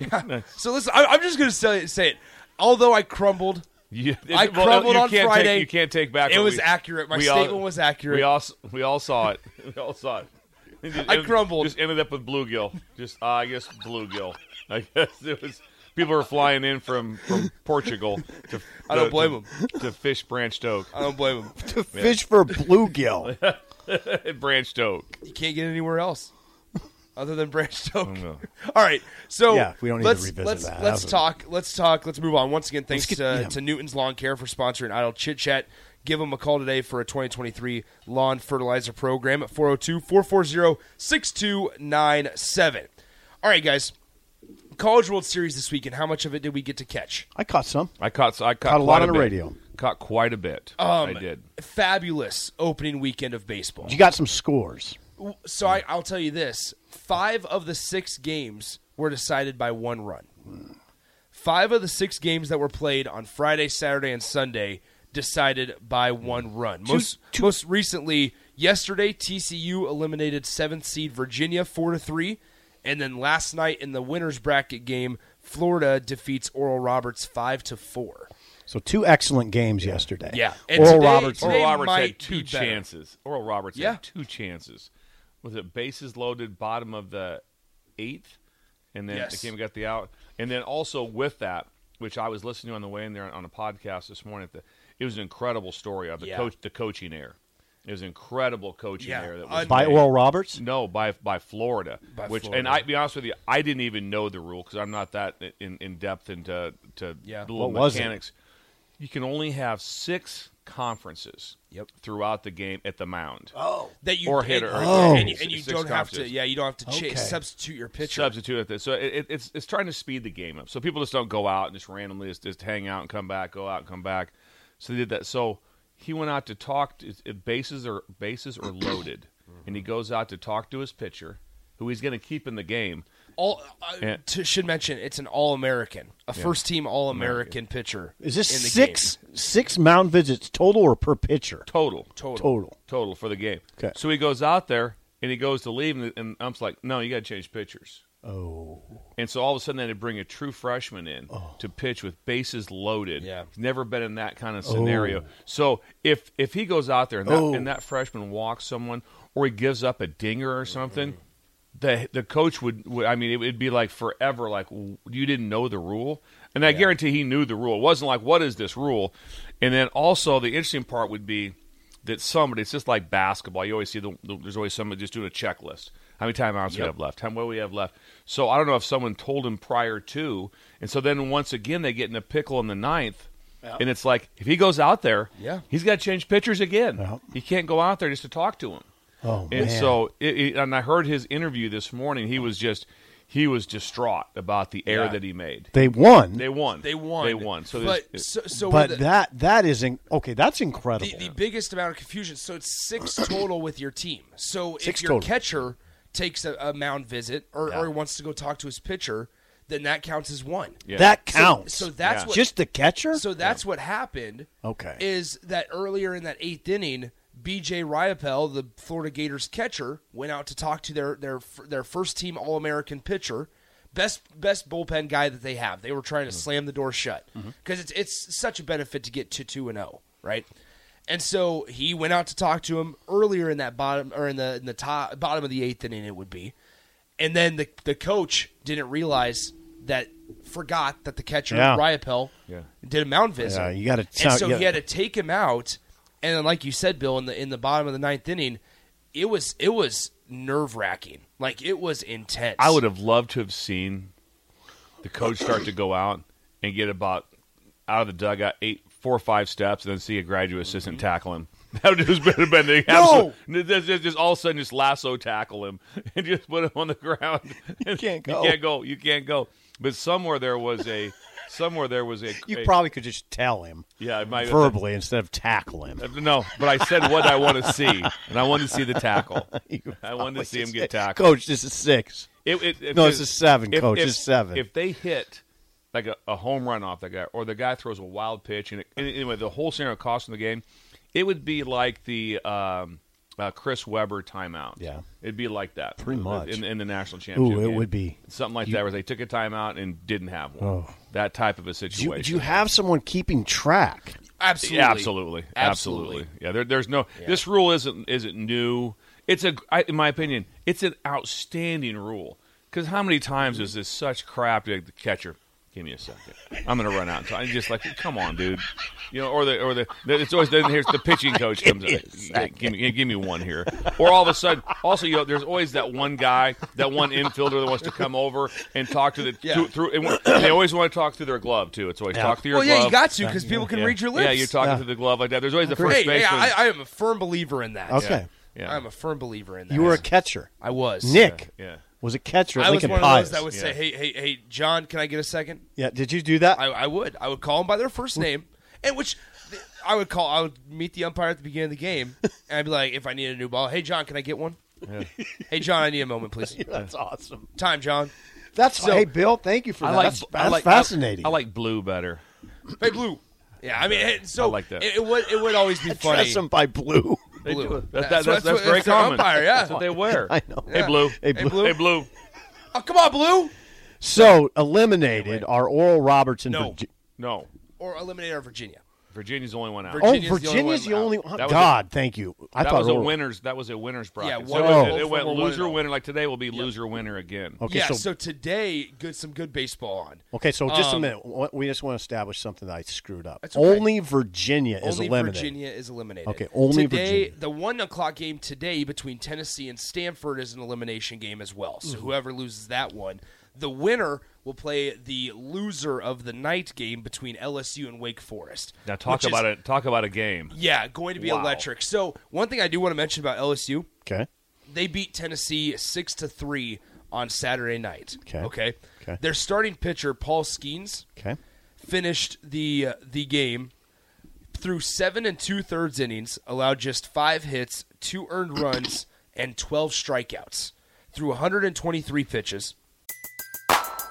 Speaker 6: So listen, I, I'm just gonna say, say it. Although I crumbled,
Speaker 7: You,
Speaker 6: I crumbled
Speaker 7: you
Speaker 6: on
Speaker 7: can't
Speaker 6: Friday.
Speaker 7: Take, you can't take back.
Speaker 6: It
Speaker 7: what
Speaker 6: was
Speaker 7: we-
Speaker 6: accurate. My
Speaker 7: we
Speaker 6: statement was accurate.
Speaker 7: We all s- we all saw it. We all saw it. It just-
Speaker 6: I
Speaker 7: it
Speaker 6: crumbled.
Speaker 7: Just ended up with bluegill. Just uh, I guess bluegill. I guess it was. People are flying in from, from Portugal. To,
Speaker 6: I don't
Speaker 7: to-
Speaker 6: blame
Speaker 7: to, To fish Branch Oak.
Speaker 6: I don't blame him.
Speaker 5: Fish for bluegill.
Speaker 7: Branch Oak.
Speaker 6: You can't get anywhere else other than Branch Stoke. All right, so
Speaker 5: Oh, Yeah, we don't need to
Speaker 6: let's,
Speaker 5: revisit
Speaker 6: let's,
Speaker 5: that.
Speaker 6: Let's
Speaker 5: That was-
Speaker 6: talk. Let's talk. Let's move on. Once again, thanks
Speaker 5: Let's get-
Speaker 6: to,
Speaker 5: yeah.
Speaker 6: to Newton's Lawn Care for sponsoring Idle Chit Chat. Give them a call today for a 2023 lawn fertilizer program at 402 440 6297. All right, guys. College World Series this weekend. How much of it did we get to catch?
Speaker 5: I caught some.
Speaker 7: I caught I caught,
Speaker 5: Caught a lot
Speaker 7: quite
Speaker 5: on the
Speaker 7: bit.
Speaker 5: radio.
Speaker 7: Caught quite a bit.
Speaker 6: Um,
Speaker 7: I did.
Speaker 6: Fabulous opening weekend of baseball.
Speaker 5: You got some scores.
Speaker 6: So I, I'll tell you this five of the six games were decided by one run. Five of the six games that were played on Friday, Saturday, and Sunday decided by one run. Most most recently, yesterday TCU eliminated seventh seed Virginia four to three, and then last night in the winners bracket game, Florida defeats Oral Roberts five to four.
Speaker 5: So two excellent games yesterday.
Speaker 6: Yeah. And
Speaker 5: Oral
Speaker 6: today-
Speaker 5: Roberts.
Speaker 6: today-
Speaker 7: Oral Roberts
Speaker 6: might
Speaker 7: had two
Speaker 6: be better.
Speaker 7: chances. Oral Roberts
Speaker 6: Yeah.
Speaker 7: had two chances. Was it bases loaded, bottom of the eighth, and then
Speaker 6: Yes.
Speaker 7: the game got the out, and then also with that, which I was listening to on the way in there on a podcast this morning. At the, it was an incredible story of the
Speaker 6: Yeah.
Speaker 7: coach, the coaching error. It was incredible coaching
Speaker 6: Yeah.
Speaker 7: error that
Speaker 6: Un-
Speaker 7: was
Speaker 5: by
Speaker 7: made.
Speaker 5: Oral Roberts.
Speaker 7: No, by by Florida.
Speaker 6: By
Speaker 7: which
Speaker 6: Florida.
Speaker 7: and I be honest with you, I didn't even know the rule because I'm not that in, in depth into to
Speaker 6: Yeah.
Speaker 7: the little
Speaker 5: What was it?
Speaker 7: mechanics. You can only have six conferences
Speaker 6: Yep. Oh,
Speaker 7: throughout the game at the mound.
Speaker 6: that you
Speaker 7: Or
Speaker 6: and-
Speaker 7: hitter.
Speaker 6: and,
Speaker 7: Oh.
Speaker 6: and you, and you
Speaker 7: Six
Speaker 6: don't have to.
Speaker 7: conferences.
Speaker 6: Yeah, you don't have to cha-
Speaker 5: Okay.
Speaker 6: substitute your pitcher.
Speaker 7: Substitute at this, so it, it- it's it's trying to speed the game up. So people just don't go out and just randomly just, just hang out and come back, go out and come back. So they did that. So he went out to talk. To, if bases are bases are loaded, and he goes out to talk to his pitcher, who he's going to keep in the game.
Speaker 6: all uh,
Speaker 7: Yeah.
Speaker 6: to, should mention it's an All American, a first team All American pitcher.
Speaker 5: Is this
Speaker 6: in the
Speaker 5: six
Speaker 6: game.
Speaker 5: six mound visits total or per pitcher?
Speaker 7: Total.
Speaker 6: total?
Speaker 5: Total.
Speaker 7: total for the game.
Speaker 5: 'Kay.
Speaker 7: So he goes out there and he goes to leave, and, and ump's like, "No, you got to change pitchers."
Speaker 5: Oh.
Speaker 7: And so all of a sudden, they had to bring a true freshman in to pitch with bases loaded.
Speaker 6: Yeah.
Speaker 7: He's never been in that kind of scenario. So if if he goes out there and that, and that freshman walks someone, or he gives up a dinger or something.
Speaker 6: Mm-hmm.
Speaker 7: The, the coach would, would I mean it would be like forever like w- you didn't know the rule and I guarantee he knew the rule it wasn't like what is this rule and then also the interesting part would be that somebody it's just like basketball you always see the, the, there's always somebody just doing a checklist how many timeouts we have left how many we have left so i don't know if someone told him prior to and so then once again they get in a pickle in the ninth and it's like if he goes out there
Speaker 6: Yeah.
Speaker 7: he's got to change pitchers again
Speaker 5: Yeah.
Speaker 7: he can't go out there just to talk to him
Speaker 5: Oh man.
Speaker 7: and so it, it, and i heard his interview this morning he was just he was distraught about the error
Speaker 6: Yeah.
Speaker 7: that he made
Speaker 5: they won.
Speaker 7: they won
Speaker 6: They won.
Speaker 7: they won so there's-
Speaker 6: but so, so
Speaker 5: but
Speaker 6: the,
Speaker 5: that that is in, okay. That's incredible.
Speaker 6: the, the biggest amount of confusion. So it's six total with your team. So
Speaker 5: Six
Speaker 6: if your
Speaker 5: total.
Speaker 6: catcher takes a, a mound visit or, or wants to go talk to his pitcher, then that counts as one.
Speaker 7: yeah.
Speaker 5: That
Speaker 6: So-
Speaker 5: counts.
Speaker 6: So, that's what
Speaker 5: just the catcher.
Speaker 6: So that's what happened.
Speaker 5: Okay.
Speaker 6: Is that earlier in that eighth inning, B.J. Ryapel, the Florida Gators catcher, went out to talk to their their their first team All American pitcher, best best bullpen guy that they have. They were trying to
Speaker 5: Mm-hmm.
Speaker 6: slam the door shut because it's it's such a benefit to get to two and zero, right? And so he went out to talk to him earlier in that bottom or in the in the top bottom of the eighth inning it would be, and then the the coach didn't realize that forgot that the catcher
Speaker 5: Yeah.
Speaker 6: Ryapel
Speaker 7: Yeah.
Speaker 6: did a mound visit.
Speaker 5: Yeah, you gotta
Speaker 6: And
Speaker 5: sound-
Speaker 6: so
Speaker 5: you
Speaker 6: he had
Speaker 5: gotta-
Speaker 6: to take him out, and then like you said, Bill, in the in the bottom of the ninth inning, it was it was nerve wracking. Like it was intense.
Speaker 7: I would have loved to have seen the coach start to go out and get about out of the dugout eight, four or five steps, and then see a graduate assistant tackle him. That would just been, been the absolute. Just, just, just all of a sudden, just lasso tackle him and just put him on the ground. You
Speaker 5: can't go.
Speaker 7: You can't go. You can't go. But somewhere there was a. Somewhere there was a.
Speaker 5: you
Speaker 7: a-
Speaker 5: probably could just tell him
Speaker 7: Yeah, it might-
Speaker 5: verbally instead of tackle him.
Speaker 7: No, but I said what I want to see, and I wanted to see the tackle. I wanted to see him get tackled.
Speaker 5: Coach, this is six.
Speaker 7: It, it, if
Speaker 5: No, it's
Speaker 7: it-
Speaker 5: a seven, coach. It's seven.
Speaker 7: If they hit like a, a home run off that guy, or the guy throws a wild pitch, and it, and anyway, the whole scenario cost them the game. It would be like the um, uh, Chris Webber timeout.
Speaker 5: Yeah.
Speaker 7: it'd be like that,
Speaker 5: Pretty much.
Speaker 7: in, in the national championship.
Speaker 5: Ooh, it
Speaker 7: game.
Speaker 5: would be.
Speaker 7: something like that, where they took a timeout and didn't have one.
Speaker 5: Oh.
Speaker 7: That type of a
Speaker 5: Do you,
Speaker 7: situation.
Speaker 5: do you have someone keeping track?
Speaker 6: absolutely,
Speaker 7: Yeah, absolutely,
Speaker 6: Absolutely.
Speaker 7: absolutely, Yeah, there, there's no. This rule isn't isn't new. It's a, I, in my opinion, it's an outstanding rule. Because how many times is this such crap? Like the catcher, give me a second. I'm gonna run out. And talk. I'm just like, come on, dude. You know, or the or the it's always then here's the pitching coach comes up. Give me give me one here. Or all of a sudden, also you know, there's always that one guy, that one infielder that wants to come over and talk to the
Speaker 6: Yeah.
Speaker 7: to- through. And they always want to talk through their glove too. It's always talk through your
Speaker 6: Well, yeah, you
Speaker 7: glove.
Speaker 6: got to because people can
Speaker 7: Yeah.
Speaker 6: read your lips.
Speaker 7: Yeah, you're talking to the glove like that. There's always the first
Speaker 6: Hey,
Speaker 7: baseman.
Speaker 6: hey, I, I am a firm believer in that.
Speaker 5: Okay.
Speaker 7: Yeah.
Speaker 6: I'm a firm believer in that.
Speaker 5: You were a catcher.
Speaker 6: I was
Speaker 5: Nick
Speaker 7: yeah.
Speaker 5: was a catcher at
Speaker 6: I was
Speaker 5: Lincoln
Speaker 6: one
Speaker 5: Pius.
Speaker 6: of those that would say, "Hey, hey, hey, John, can I get a second?
Speaker 5: yeah, did you do that?
Speaker 6: I, I would. I would call them by their first name, and which th- I would call. I would meet the umpire at the beginning of the game, and I'd be like, if I need a new ball, hey John, can I get one? Hey, John, I need a moment, please.
Speaker 5: That's awesome.
Speaker 6: Time, John.
Speaker 5: That's
Speaker 6: So-
Speaker 5: hey Bill, thank you for
Speaker 7: I
Speaker 5: that.
Speaker 7: like,
Speaker 5: that's
Speaker 7: I
Speaker 5: that's
Speaker 7: like
Speaker 5: fascinating.
Speaker 7: I, like blue better.
Speaker 6: Hey, Blue. Yeah, I mean, hey, so
Speaker 7: I like that.
Speaker 6: It, it would it would always be funny.
Speaker 5: Dress them by blue.
Speaker 7: They
Speaker 6: Blue.
Speaker 7: do. That,
Speaker 6: That's
Speaker 7: that's,
Speaker 6: what-
Speaker 7: that's,
Speaker 6: that's what-
Speaker 7: very
Speaker 6: that's their
Speaker 7: common.
Speaker 6: umpire, yeah.
Speaker 7: That's what they wear.
Speaker 5: I know.
Speaker 7: Hey blue.
Speaker 5: Hey,
Speaker 7: Hey
Speaker 5: Blue.
Speaker 7: blue. Hey blue.
Speaker 6: Oh, come on, Blue.
Speaker 5: So eliminated are Oral Roberts and
Speaker 6: No.
Speaker 5: Virgi-
Speaker 7: No,
Speaker 6: Or eliminate our Virginia.
Speaker 7: Virginia's the only one out.
Speaker 6: Virgi-
Speaker 5: Oh,
Speaker 6: Virginia's the only
Speaker 5: Virginia's
Speaker 6: one
Speaker 5: the only
Speaker 6: out.
Speaker 5: one.
Speaker 7: That was a-
Speaker 5: God, thank you. I
Speaker 7: that
Speaker 5: thought
Speaker 7: was a
Speaker 5: Oral-
Speaker 7: winners. That was a winners bracket.
Speaker 6: Yeah,
Speaker 7: so
Speaker 6: one-
Speaker 7: it went-
Speaker 5: both
Speaker 7: it,
Speaker 6: of
Speaker 7: went
Speaker 6: them were one and
Speaker 7: loser
Speaker 6: oh.
Speaker 7: winner. Like today will be loser winner again.
Speaker 5: Okay,
Speaker 6: yeah. So,
Speaker 5: so,
Speaker 6: today, good some good baseball on.
Speaker 5: okay, so just a
Speaker 6: um,
Speaker 5: minute. What- We just want to establish something that I screwed up.
Speaker 6: That's okay.
Speaker 5: Only Virginia is
Speaker 6: only
Speaker 5: eliminated.
Speaker 6: Virginia is eliminated.
Speaker 5: Okay, only
Speaker 6: today,
Speaker 5: Virginia.
Speaker 6: The one o'clock game today between Tennessee and Stanford is an elimination game as well.
Speaker 5: Mm-hmm.
Speaker 6: So whoever loses that one, the winner will play the loser of the night game between LSU and Wake Forest.
Speaker 7: Now talk
Speaker 6: which is-
Speaker 7: about it. Talk about a game.
Speaker 6: Yeah, going to be
Speaker 7: Wow.
Speaker 6: electric. So one thing I do want to mention about LSU,
Speaker 5: Okay.
Speaker 6: they beat Tennessee six to three on Saturday night.
Speaker 5: Okay.
Speaker 6: Okay.
Speaker 5: Okay.
Speaker 6: Their starting pitcher Paul Skeens
Speaker 5: Okay.
Speaker 6: finished the uh, the game through seven and two thirds innings, allowed just five hits, two earned runs, and twelve strikeouts through 123 pitches.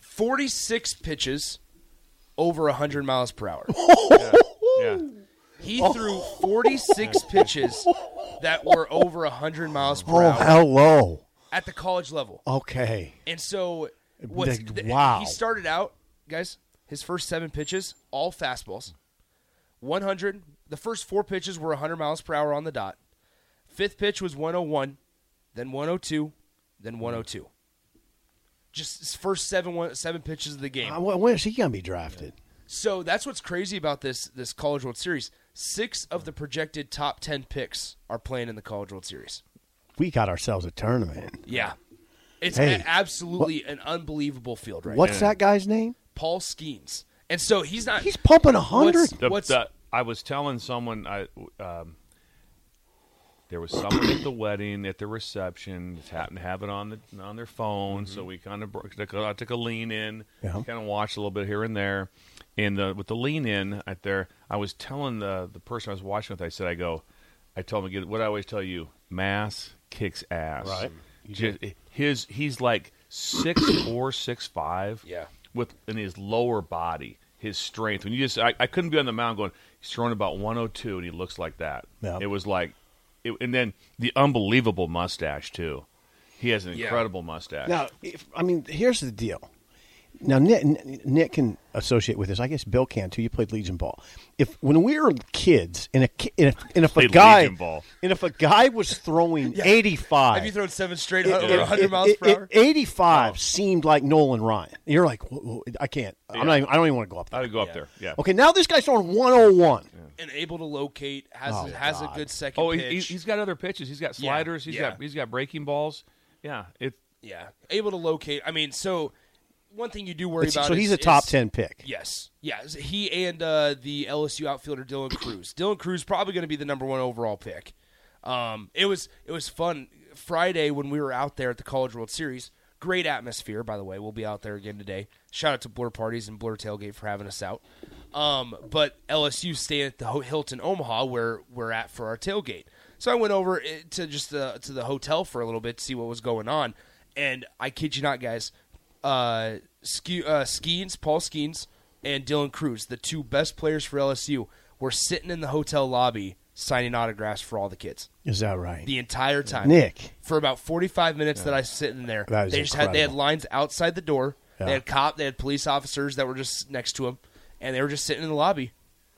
Speaker 6: 46 pitches over 100 miles per hour.
Speaker 7: Yeah.
Speaker 6: He threw 46 pitches that were over 100 miles per
Speaker 5: Oh,
Speaker 6: hour
Speaker 5: hello.
Speaker 6: at the college level.
Speaker 5: Okay.
Speaker 6: And so, what's,
Speaker 5: Like,
Speaker 6: th-
Speaker 5: wow.
Speaker 6: He started out, guys, his first seven pitches, all fastballs. 100. The first four pitches were 100 miles per hour on the dot. Fifth pitch was 101, then 102, then 102. Just his first seven one, seven pitches of the game.
Speaker 5: Uh, wh- When is he going to be drafted?
Speaker 6: So that's what's crazy about this this College World Series. Six of the projected top ten picks are playing in the College World Series.
Speaker 5: We got ourselves a tournament.
Speaker 6: Yeah, it's
Speaker 5: Hey,
Speaker 6: a- absolutely an unbelievable field right
Speaker 5: What's
Speaker 6: now.
Speaker 5: that guy's name?
Speaker 6: Paul Skeens, and so he's not.
Speaker 5: He's pumping a
Speaker 6: what's-
Speaker 5: hundred.
Speaker 7: The,
Speaker 6: what's
Speaker 7: the- I was telling someone I um, there was someone at the wedding at the reception just happened to have it on the on their phone, so we kind of took a, I took a lean in,
Speaker 5: Yeah.
Speaker 7: kind of watched a little bit here and there, and the with the lean in at there, I was telling the the person I was watching with, I said, I go, I told him again what I always tell you, mass kicks ass,
Speaker 5: Right.
Speaker 7: Just, his he's like six four six five,
Speaker 6: Yeah.
Speaker 7: with in his lower body, his strength. When you just, I, I couldn't be on the mound going. He's throwing about 102, and he looks like that.
Speaker 5: Yeah.
Speaker 7: It was like, it, and then the unbelievable mustache too. He has an
Speaker 6: Yeah.
Speaker 7: incredible mustache.
Speaker 5: Now, if, I mean, here's the deal. Now, Nick, Nick can associate with this. I guess Bill can too. You played Legion Ball. If when we were kids, and a ki- and if, and if a
Speaker 7: Played
Speaker 5: guy
Speaker 7: Legion Ball.
Speaker 5: and if a guy was throwing eighty five,
Speaker 6: have you thrown seven straight
Speaker 5: it-
Speaker 6: over
Speaker 5: it-
Speaker 6: hundred
Speaker 5: it-
Speaker 6: miles per
Speaker 5: it-
Speaker 6: hour? Oh.
Speaker 5: eighty five seemed like Nolan Ryan. You're like, whoa, whoa, I can't. I'm not even, I don't even want to go up
Speaker 7: I
Speaker 5: there.
Speaker 7: would go up there. Yeah.
Speaker 5: Okay, now this guy's throwing one hundred one.
Speaker 6: and able to locate has
Speaker 5: Oh,
Speaker 6: has
Speaker 5: God.
Speaker 6: a good second
Speaker 7: Oh, he-
Speaker 6: pitch.
Speaker 7: he's, he's got other pitches. He's got sliders. He's
Speaker 6: Yeah.
Speaker 7: got he's got breaking balls. Yeah. It.
Speaker 6: yeah, able to locate. I mean, so one thing you do worry about.
Speaker 5: So he's
Speaker 6: is-
Speaker 5: a top
Speaker 6: is-
Speaker 5: ten pick.
Speaker 6: Yes, yes. He and uh, the LSU outfielder Dylan Cruz. Dylan Cruz probably going to be the number one overall pick. Um, it was it was fun Friday when we were out there at the College World Series. Great atmosphere, by the way. We'll be out there again today. Shout out to Blur Parties and Blur Tailgate for having us out. Um, but LSU staying at the Ho- Hilton Omaha where we're at for our tailgate. So I went over eh, to just the to the hotel for a little bit to see what was going on. And I kid you not, guys, uh, Ske- uh, Skeens, Paul Skeens, and Dylan Cruz, the two best players for LSU, were sitting in the hotel lobby signing autographs for all the kids
Speaker 5: Is that right?
Speaker 6: the entire time.
Speaker 5: Nick.
Speaker 6: for about forty-five minutes that I was sitting there,
Speaker 5: That is
Speaker 6: they just had they had
Speaker 5: incredible.
Speaker 6: lines outside the door. They
Speaker 5: Yeah.
Speaker 6: had cop, they had police officers that were just next to him, and they were just sitting in the lobby.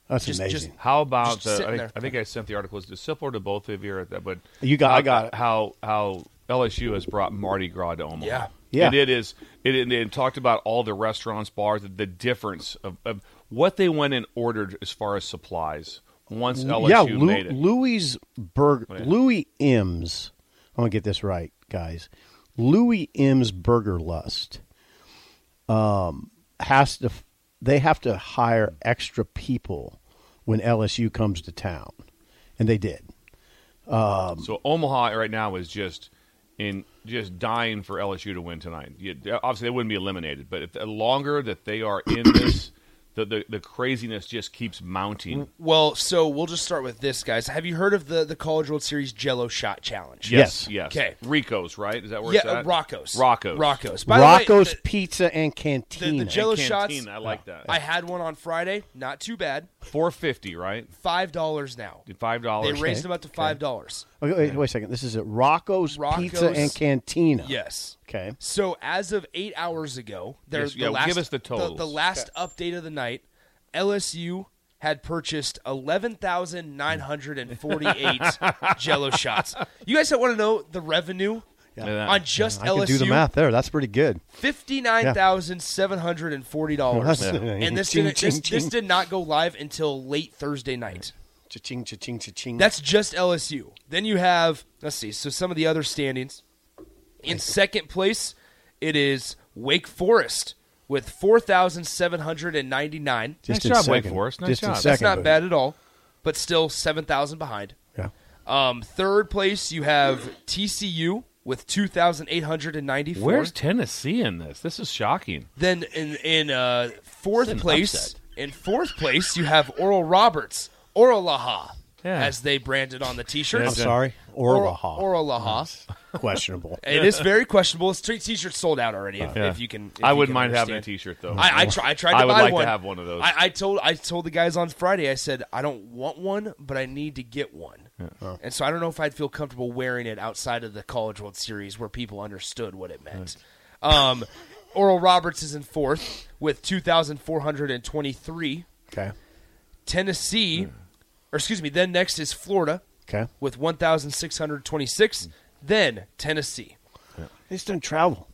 Speaker 5: That's
Speaker 6: just-
Speaker 5: amazing.
Speaker 6: just-
Speaker 7: How about
Speaker 6: Just
Speaker 7: the,
Speaker 6: sitting
Speaker 7: I,
Speaker 6: there.
Speaker 7: think, I think I sent the articles to similar to both of you, that but
Speaker 5: You got-
Speaker 7: how,
Speaker 5: I got it.
Speaker 7: how how LSU has brought Mardi Gras to Omaha.
Speaker 6: Yeah.
Speaker 5: Yeah.
Speaker 7: And it is it, it, it talked about all the restaurants, bars, the, the difference of, of what they went and ordered as far as supplies once LSU
Speaker 5: yeah, Lou,
Speaker 7: made it.
Speaker 5: Louis Berg, Louis M's I'm gonna get this right, guys. Louis M's Burger Lust um, has to. They have to hire extra people when LSU comes to town, and they did.
Speaker 7: So Omaha right now is just in just dying for LSU to win tonight. You, obviously, they wouldn't be eliminated, but if, the longer that they are in this, the, the the craziness just keeps mounting.
Speaker 6: Well, so we'll just start with this, guys. Have you heard of the the College World Series Jello Shot Challenge?
Speaker 5: Yes.
Speaker 7: Yes.
Speaker 6: Okay.
Speaker 7: Ricos, right? Is that where it's
Speaker 6: Yeah, uh,
Speaker 7: at?
Speaker 6: Rocco's.
Speaker 7: Rocco's.
Speaker 6: Rocco's. By the way,
Speaker 5: Rocco's
Speaker 6: the-
Speaker 5: Pizza and
Speaker 6: the, the
Speaker 5: Cantina.
Speaker 6: Jello
Speaker 7: Canteen,
Speaker 6: shots.
Speaker 7: I like that.
Speaker 6: I had one on Friday. Not too bad.
Speaker 7: Four fifty, right?
Speaker 6: Five dollars now.
Speaker 7: Five
Speaker 6: They
Speaker 7: dollars.
Speaker 6: raised them up to five dollars.
Speaker 5: Okay, wait, wait a second. This is at Rocco's, Pizza
Speaker 6: Rocco's-
Speaker 5: and Cantina.
Speaker 6: Yes.
Speaker 5: Okay.
Speaker 6: So as of eight hours ago, there's
Speaker 7: Yes,
Speaker 6: the
Speaker 7: yeah,
Speaker 6: last,
Speaker 7: give us the
Speaker 6: The,
Speaker 7: totals.
Speaker 6: last update of the night, LSU had purchased eleven thousand nine hundred and forty-eight Jello shots. You guys that want to know the revenue on just
Speaker 5: I
Speaker 6: LSU?
Speaker 5: can do the math there. That's pretty good.
Speaker 6: Fifty-nine thousand seven hundred and forty dollars.
Speaker 5: Yeah.
Speaker 6: And this,
Speaker 5: Ching,
Speaker 6: didn't, this,
Speaker 5: ching,
Speaker 6: this
Speaker 5: ching.
Speaker 6: did not go live until late Thursday night.
Speaker 5: Cha-ching, cha-ching, cha-ching.
Speaker 6: That's just LSU. Then you have, let's see, so some of the other standings. In second place, it is Wake Forest with 4,799.
Speaker 7: Nice job, Wake Forest. Nice
Speaker 5: just in
Speaker 7: job. That's
Speaker 6: That's
Speaker 5: second,
Speaker 6: not
Speaker 5: but-
Speaker 6: bad at all, but still 7,000 behind.
Speaker 5: Yeah.
Speaker 6: Um, third place, you have TCU with 2,894.
Speaker 7: Where's Tennessee in this? This is shocking.
Speaker 6: Then in in uh, fourth
Speaker 7: It's an
Speaker 6: place,
Speaker 7: upset.
Speaker 6: in fourth place, you have Oral Roberts, Oralaha,
Speaker 7: Yeah.
Speaker 6: as they branded on the T-shirt.
Speaker 5: I'm
Speaker 7: That's a-
Speaker 5: sorry.
Speaker 6: Oral
Speaker 5: Orlaha.
Speaker 6: Oralaha.
Speaker 5: Questionable.
Speaker 6: It is very questionable. It's t- t-shirts sold out already. If, if you can, if
Speaker 7: I
Speaker 6: you
Speaker 7: wouldn't
Speaker 6: can
Speaker 7: mind having a
Speaker 6: understand.
Speaker 7: T-shirt though.
Speaker 6: I, I, try, I tried to
Speaker 7: I would
Speaker 6: buy
Speaker 7: like to
Speaker 6: one.
Speaker 7: have one of those.
Speaker 6: I, I told I told the guys on Friday. I said I don't want one, but I need to get one. And so I don't know if I'd feel comfortable wearing it outside of the College World Series where people understood what it meant. Um, Oral Roberts is in fourth with two thousand four hundred and twenty-three.
Speaker 5: Okay.
Speaker 6: Tennessee, or excuse me. Then next is Florida
Speaker 5: Okay.
Speaker 6: with one thousand six hundred twenty-six. Then Tennessee.
Speaker 5: They just don't travel.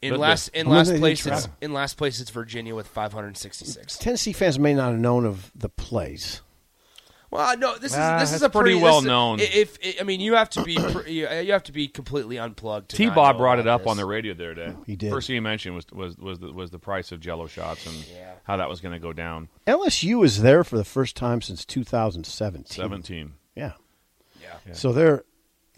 Speaker 6: In
Speaker 7: But
Speaker 6: last in
Speaker 5: I'm gonna
Speaker 6: last
Speaker 5: say
Speaker 6: place,
Speaker 5: try.
Speaker 6: it's, in last place, it's Virginia with 566.
Speaker 5: Tennessee fans may not have known of the place.
Speaker 6: Well, no, this is
Speaker 7: Ah,
Speaker 6: this is
Speaker 7: that's
Speaker 6: a pretty,
Speaker 7: pretty well
Speaker 6: this is-
Speaker 7: known.
Speaker 6: i- If, i I mean, you have to be pr- you you have to be completely unplugged. to
Speaker 7: T.
Speaker 6: not
Speaker 7: Bob
Speaker 6: know
Speaker 7: brought it
Speaker 6: about
Speaker 7: up on
Speaker 6: this.
Speaker 7: the radio the other day.
Speaker 5: He did.
Speaker 7: First thing he mentioned was was was the, was the price of Jello shots and how that was going to go down.
Speaker 5: Hmm. LSU is there for the first time since 2017.
Speaker 7: Seventeen.
Speaker 5: Yeah.
Speaker 6: Yeah.
Speaker 5: So they're,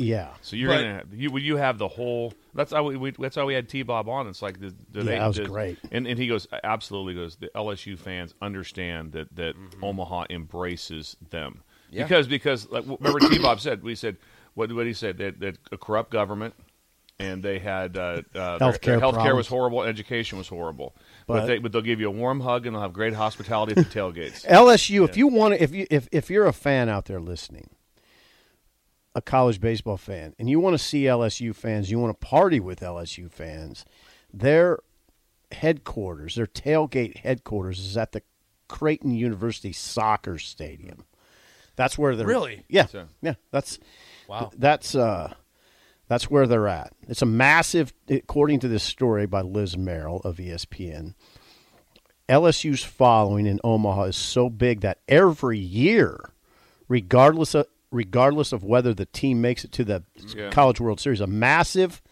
Speaker 5: yeah.
Speaker 7: So you're
Speaker 6: But-
Speaker 7: gonna you would you have the whole that's how we, we that's how we had T Bob on. It's like the, the
Speaker 5: Yeah, that was great.
Speaker 7: And and he goes absolutely goes the LSU fans understand that that Omaha embraces them
Speaker 6: Mm-hmm. Yeah.
Speaker 7: because because like remember T Bob said we said what what he said that that a corrupt government and they had uh, uh, their- their
Speaker 5: Healthcare
Speaker 7: healthcare was
Speaker 5: problems.
Speaker 7: horrible and education was horrible but,
Speaker 5: But-
Speaker 7: they but they'll give you a warm hug and they'll have great hospitality at the tailgates.
Speaker 5: LSU, if you want to, if you if if you're a fan out there listening, a college baseball fan, and you want to see LSU fans, you want to party with LSU fans, their headquarters, their tailgate headquarters, is at the Creighton University Soccer Stadium. That's where they're
Speaker 6: Really?
Speaker 5: yeah
Speaker 7: So-
Speaker 5: yeah that's
Speaker 6: Wow.
Speaker 5: that's uh that's where they're at. It's a massive, according to this story by Liz Merrill of E ESPN. LSU's following in Omaha is so big that every year, regardless of regardless of whether the team makes it to the
Speaker 7: Yeah.
Speaker 5: College World Series, a massive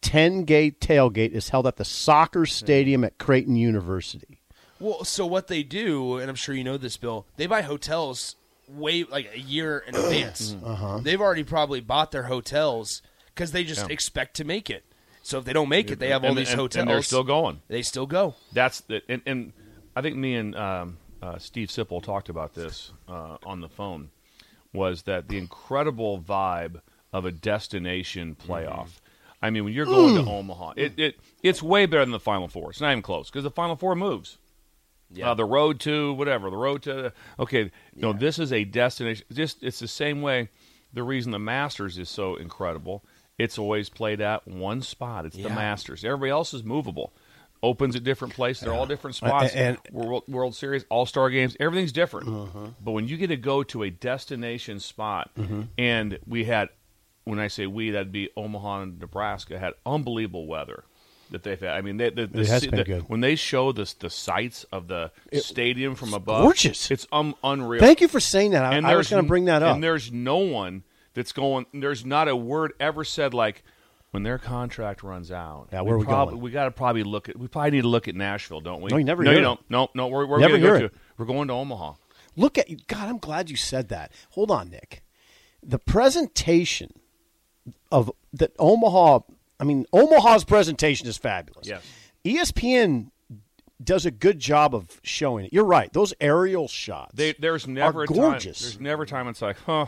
Speaker 5: ten gate tailgate is held at the soccer stadium at Creighton University.
Speaker 6: Well, so what they do, and I'm sure you know this, Bill, they buy hotels way like a year in advance.
Speaker 7: Mm-hmm.
Speaker 6: uh-huh. They've already probably bought their hotels because they just expect to make it. So if they don't make it, they have all
Speaker 7: And-
Speaker 6: these
Speaker 7: and-
Speaker 6: hotels.
Speaker 7: and they're still going.
Speaker 6: They still go.
Speaker 7: That's the and, and I think me and um, uh, Steve Sipple talked about this uh, on the phone. Was that the incredible vibe of a destination playoff? I mean, when you're going to Omaha, it, it it's way better than the Final Four. It's not even close because the Final Four moves. Yeah. Uh, the road to whatever, the road to okay. No, this is a destination. Just it's the same way. The reason the Masters is so incredible, it's always played at one spot. It's the Masters. Everybody else is movable. Opens at different places. They're all different spots.
Speaker 5: and- Mm-hmm.
Speaker 7: World, World Series, All Star games, everything's different. But when you get to go to a destination spot, and we had, when I say we, that'd be Omaha and Nebraska had unbelievable weather that they've had. I mean, they, the, the,
Speaker 5: It has
Speaker 7: se-
Speaker 5: been
Speaker 7: the-
Speaker 5: good.
Speaker 7: when they show this the sights of the stadium from above,
Speaker 5: gorgeous.
Speaker 7: It's um, unreal.
Speaker 5: Thank you for saying that. I, I was
Speaker 7: there's
Speaker 5: going
Speaker 7: n-
Speaker 5: to bring that up.
Speaker 7: And there's no one that's going. There's not a word ever said like when their contract runs out.
Speaker 5: Yeah, where are we
Speaker 7: prob-
Speaker 5: going?
Speaker 7: We got to probably look at. We probably need to look at Nashville, don't we?
Speaker 5: No, you never
Speaker 7: No,
Speaker 5: hear
Speaker 7: you
Speaker 5: it.
Speaker 7: don't. No, no. We're, we're
Speaker 5: Never
Speaker 7: gonna go
Speaker 5: hear it.
Speaker 7: to- We're going to Omaha.
Speaker 5: Look at God, I'm glad you said that. Hold on, Nick. The presentation of that Omaha, I mean, Omaha's presentation is fabulous. E
Speaker 7: Yes.
Speaker 5: ESPN does a good job of showing it. You're right. Those aerial shots.
Speaker 7: They, there's never
Speaker 5: are
Speaker 7: a
Speaker 5: gorgeous.
Speaker 7: Time, there's never a time it's like, huh?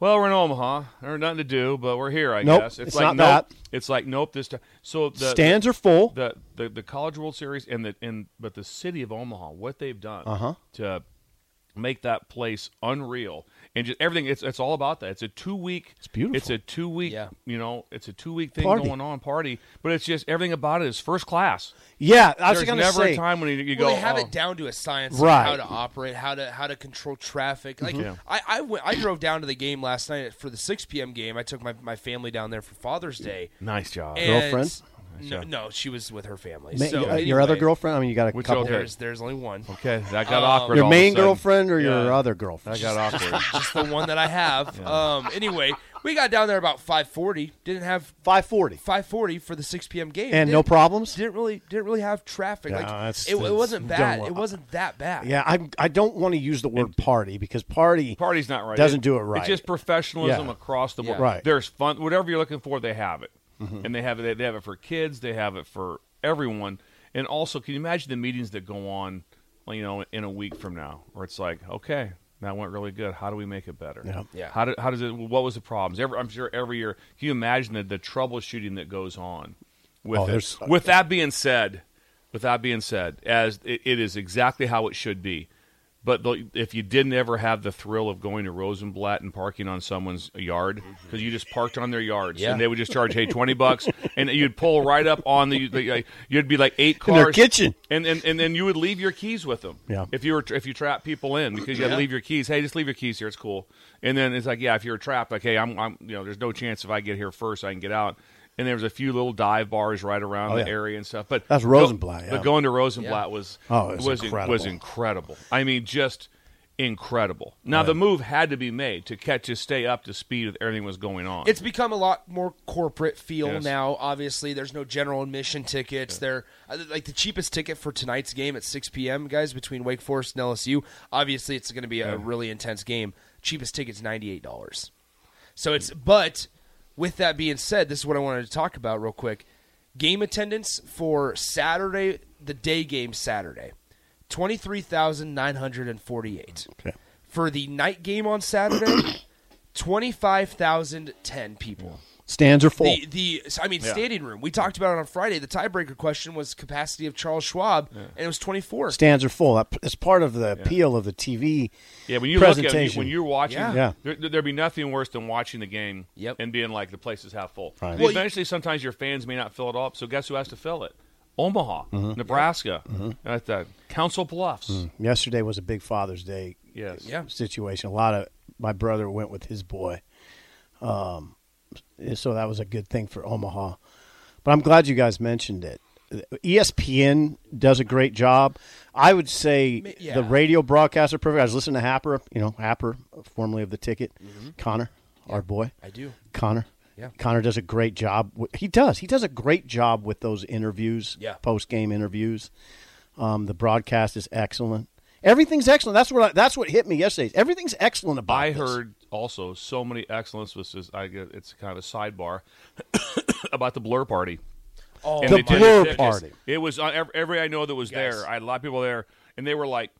Speaker 7: Well, we're in Omaha. There's nothing to do, but we're here. I
Speaker 5: Nope,
Speaker 7: guess it's,
Speaker 5: it's
Speaker 7: like
Speaker 5: not
Speaker 7: nope.
Speaker 5: that.
Speaker 7: It's like nope. This time. So the
Speaker 5: Stands are full.
Speaker 7: The, the the College World Series and the and but the city of Omaha, what they've done
Speaker 5: Uh-huh.
Speaker 7: to make that place unreal and just everything. It's it's all about that. It's a two week. It's
Speaker 5: beautiful.
Speaker 7: It's a two week.
Speaker 6: Yeah.
Speaker 7: You know, it's a two week thing
Speaker 5: Party.
Speaker 7: going on party, but it's just everything about it is first class.
Speaker 5: yeah, I was
Speaker 7: There's
Speaker 5: going to
Speaker 7: never
Speaker 5: say.
Speaker 7: a time when you, you
Speaker 6: Well,
Speaker 7: go.
Speaker 6: they have
Speaker 7: oh.
Speaker 6: it down to a science,
Speaker 5: Right. Mm-hmm.
Speaker 6: right. how to operate, how to how to control traffic. Like
Speaker 7: Yeah.
Speaker 6: I I, went, I drove down to the game last night for the 6 p.m. game. I took my, my family down there for Father's Day.
Speaker 7: Nice job.
Speaker 6: And-
Speaker 5: Mm. Girlfriend?
Speaker 6: No, no, she was with her family.
Speaker 5: Ma-
Speaker 6: so
Speaker 5: uh, your other
Speaker 6: anyway,
Speaker 5: girlfriend? I mean, you got a
Speaker 7: Which
Speaker 5: couple.
Speaker 7: other-
Speaker 6: There's there's only one,
Speaker 7: Okay, that
Speaker 6: Um,
Speaker 7: got awkward.
Speaker 5: Your
Speaker 7: all of a
Speaker 5: main
Speaker 7: sudden.
Speaker 5: girlfriend or your
Speaker 7: Yeah.
Speaker 5: other girlfriend?
Speaker 7: That got awkward.
Speaker 6: just the one that I have. Um. Anyway, we got down there about 5:40. Didn't have
Speaker 5: 540.
Speaker 6: 5:40 for the 6 p.m. game.
Speaker 5: And no
Speaker 6: Didn't-
Speaker 5: problems?
Speaker 6: Didn't really didn't really have traffic.
Speaker 5: Yeah,
Speaker 6: like
Speaker 5: that's-
Speaker 6: it,
Speaker 5: that's
Speaker 6: it wasn't
Speaker 5: dumb.
Speaker 6: bad. It wasn't that bad.
Speaker 5: Yeah, I I don't want to use the word party because party
Speaker 7: Party's not right.
Speaker 5: Doesn't do it right.
Speaker 7: It's just professionalism
Speaker 5: Yeah.
Speaker 7: across the board.
Speaker 6: Yeah.
Speaker 5: Right. Mm-hmm.
Speaker 7: There's fun. Whatever you're looking for, they have it, and they have it. They have it for kids. They have it for everyone. And also, can you imagine the meetings that go on? well, You know, in a week from now, where it's like, okay, that went really good. How do we make it better?
Speaker 5: Yeah.
Speaker 6: Yeah.
Speaker 7: How, do, how does it? What was the problems? Every, I'm sure every year. Can you imagine the, the troubleshooting that goes on? With
Speaker 5: Oh,
Speaker 7: it?
Speaker 5: there's-
Speaker 7: with that being said, with that being said, as it, it is exactly how it should be. But the, if you didn't ever have the thrill of going to Rosenblatt and parking on someone's yard because you just parked on their yards
Speaker 6: Yeah.
Speaker 7: and they would just charge hey twenty bucks and you'd pull right up on the, the like, you'd be like eight
Speaker 5: In
Speaker 7: cars
Speaker 5: their kitchen.
Speaker 7: and, and and then you would leave your keys with them
Speaker 5: Yeah.
Speaker 7: if you were if you trap people in because you had to leave your keys hey just leave your keys here it's cool and then it's like yeah if you're trapped like hey I'm I'm you know there's no chance if I get here first I can get out and there was a few little dive bars right around
Speaker 5: Oh,
Speaker 7: the
Speaker 5: yeah.
Speaker 7: area and stuff but
Speaker 5: That's
Speaker 7: go-
Speaker 5: Rosenblatt, yeah.
Speaker 7: but going to Rosenblatt was
Speaker 5: Oh, it was
Speaker 7: in-
Speaker 5: incredible.
Speaker 7: was incredible. I mean, just incredible. Now the move had to be made to catch to stay up to speed with everything that was going on.
Speaker 6: It's become a lot more corporate feel
Speaker 7: Yes.
Speaker 6: now. Obviously, there's no general admission tickets. They're uh, like the cheapest ticket for tonight's game at 6 p.m. Guys, between Wake Forest and LSU. Obviously, it's going to be a really intense game. Cheapest ticket's ninety eight dollars. So it's but with that being said, this is what I wanted to talk about real quick. Game attendance for Saturday, the day game Saturday, twenty three thousand nine hundred and forty eight.
Speaker 5: Okay.
Speaker 6: For the night game on Saturday, twenty five thousand ten people.
Speaker 5: stands are full.
Speaker 6: The the I mean standing room. We talked about it on Friday. The tiebreaker question was capacity of Charles Schwab, and it was twenty four.
Speaker 5: stands are full. That- That's part of the appeal of the TV.
Speaker 7: yeah, when you look at
Speaker 5: presentation.
Speaker 7: it, when you're watching,
Speaker 6: Yeah.
Speaker 5: Yeah.
Speaker 7: There, there'd be nothing worse than watching the game
Speaker 6: Yep.
Speaker 7: and being like the place is half full.
Speaker 5: Right.
Speaker 7: And
Speaker 6: Well, you-
Speaker 7: eventually, sometimes your fans may not fill it up. So guess who has to fill it? Omaha,
Speaker 5: Mm-hmm.
Speaker 7: Nebraska, at the Council Bluffs.
Speaker 5: yesterday was a big Father's Day
Speaker 7: Yes.
Speaker 6: Yeah.
Speaker 5: situation. A lot of my brother went with his boy, um, so that was a good thing for Omaha. But I'm glad you guys mentioned it. E ESPN does a great job. I would say
Speaker 6: yeah.
Speaker 5: the radio broadcasts are perfect. I was listening to Happer, you know, Happer, formerly of the Ticket,
Speaker 7: Mm-hmm.
Speaker 5: Connor, our boy.
Speaker 6: I do.
Speaker 5: Connor.
Speaker 6: Yeah.
Speaker 5: Connor does a great job. wi- He does. He does a great job with those interviews.
Speaker 6: Yeah.
Speaker 5: Post game interviews. Um, the broadcast is excellent. Everything's excellent. That's what I, that's what hit me yesterday. Everything's excellent about.
Speaker 7: I
Speaker 5: this.
Speaker 7: heard also so many excellence. This is I guess it's kind of a sidebar about the blur party.
Speaker 6: Oh,
Speaker 7: And
Speaker 5: The
Speaker 7: they did
Speaker 5: blur
Speaker 7: it. It just-
Speaker 5: party.
Speaker 7: It was on every, every I know that was
Speaker 6: Yes.
Speaker 7: there. I had a lot of people there, and they were like,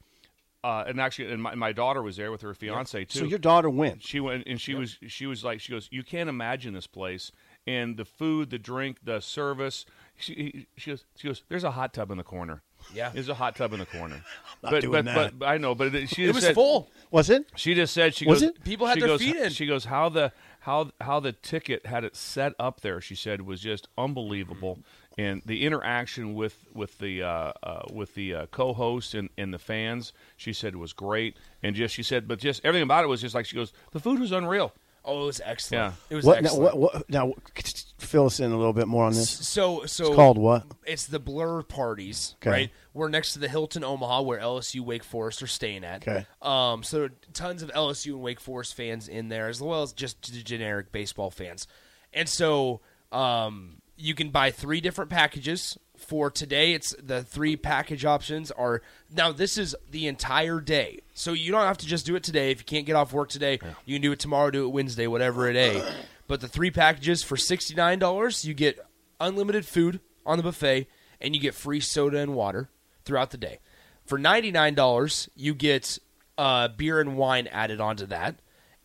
Speaker 7: uh, and actually, and my, my daughter was there with her fiance too.
Speaker 5: So your daughter wins.
Speaker 7: she went and she was she was like she goes, you can't imagine this place and the food, the drink, the service. She she goes she goes, there's a hot tub in the corner.
Speaker 6: Yeah.
Speaker 7: there's a hot tub in the corner.
Speaker 5: Not
Speaker 7: but,
Speaker 5: doing
Speaker 7: but,
Speaker 5: that.
Speaker 7: but but I know, but it- she
Speaker 6: It was
Speaker 7: said-
Speaker 6: full.
Speaker 5: Was it?
Speaker 7: she just said she
Speaker 5: Was
Speaker 7: goes,
Speaker 5: it?
Speaker 6: People had
Speaker 7: she
Speaker 6: their
Speaker 7: goes-
Speaker 6: feet in.
Speaker 7: She goes how the how how the ticket had it set up there. She said was just unbelievable,
Speaker 6: Mm-hmm.
Speaker 7: and the interaction with with the uh, uh, with the uh, co-host and, and the fans. She said was great, and just she said, but just everything about it was just like she goes, the food was unreal.
Speaker 6: Oh, it was excellent.
Speaker 7: Yeah.
Speaker 6: It was
Speaker 5: What now,
Speaker 6: excellent.
Speaker 5: what, what now? fill us in a little bit more on this?
Speaker 6: So so
Speaker 5: It's called what?
Speaker 6: It's the blur parties,
Speaker 5: Okay.
Speaker 6: right? We're next to the Hilton Omaha, where LSU Wake Forest are staying at.
Speaker 5: Okay.
Speaker 6: Um, so there are tons of LSU and Wake Forest fans in there, as well as just the generic baseball fans. And so um, you can buy three different packages for today. It's the three package options are now. This is the entire day, so you don't have to just do it today. If you can't get off work today, you can do it tomorrow, do it Wednesday, whatever it is. But the three packages for sixty nine dollars, you get unlimited food on the buffet, and you get free soda and water throughout the day. For ninety nine dollars, you get uh, beer and wine added onto that,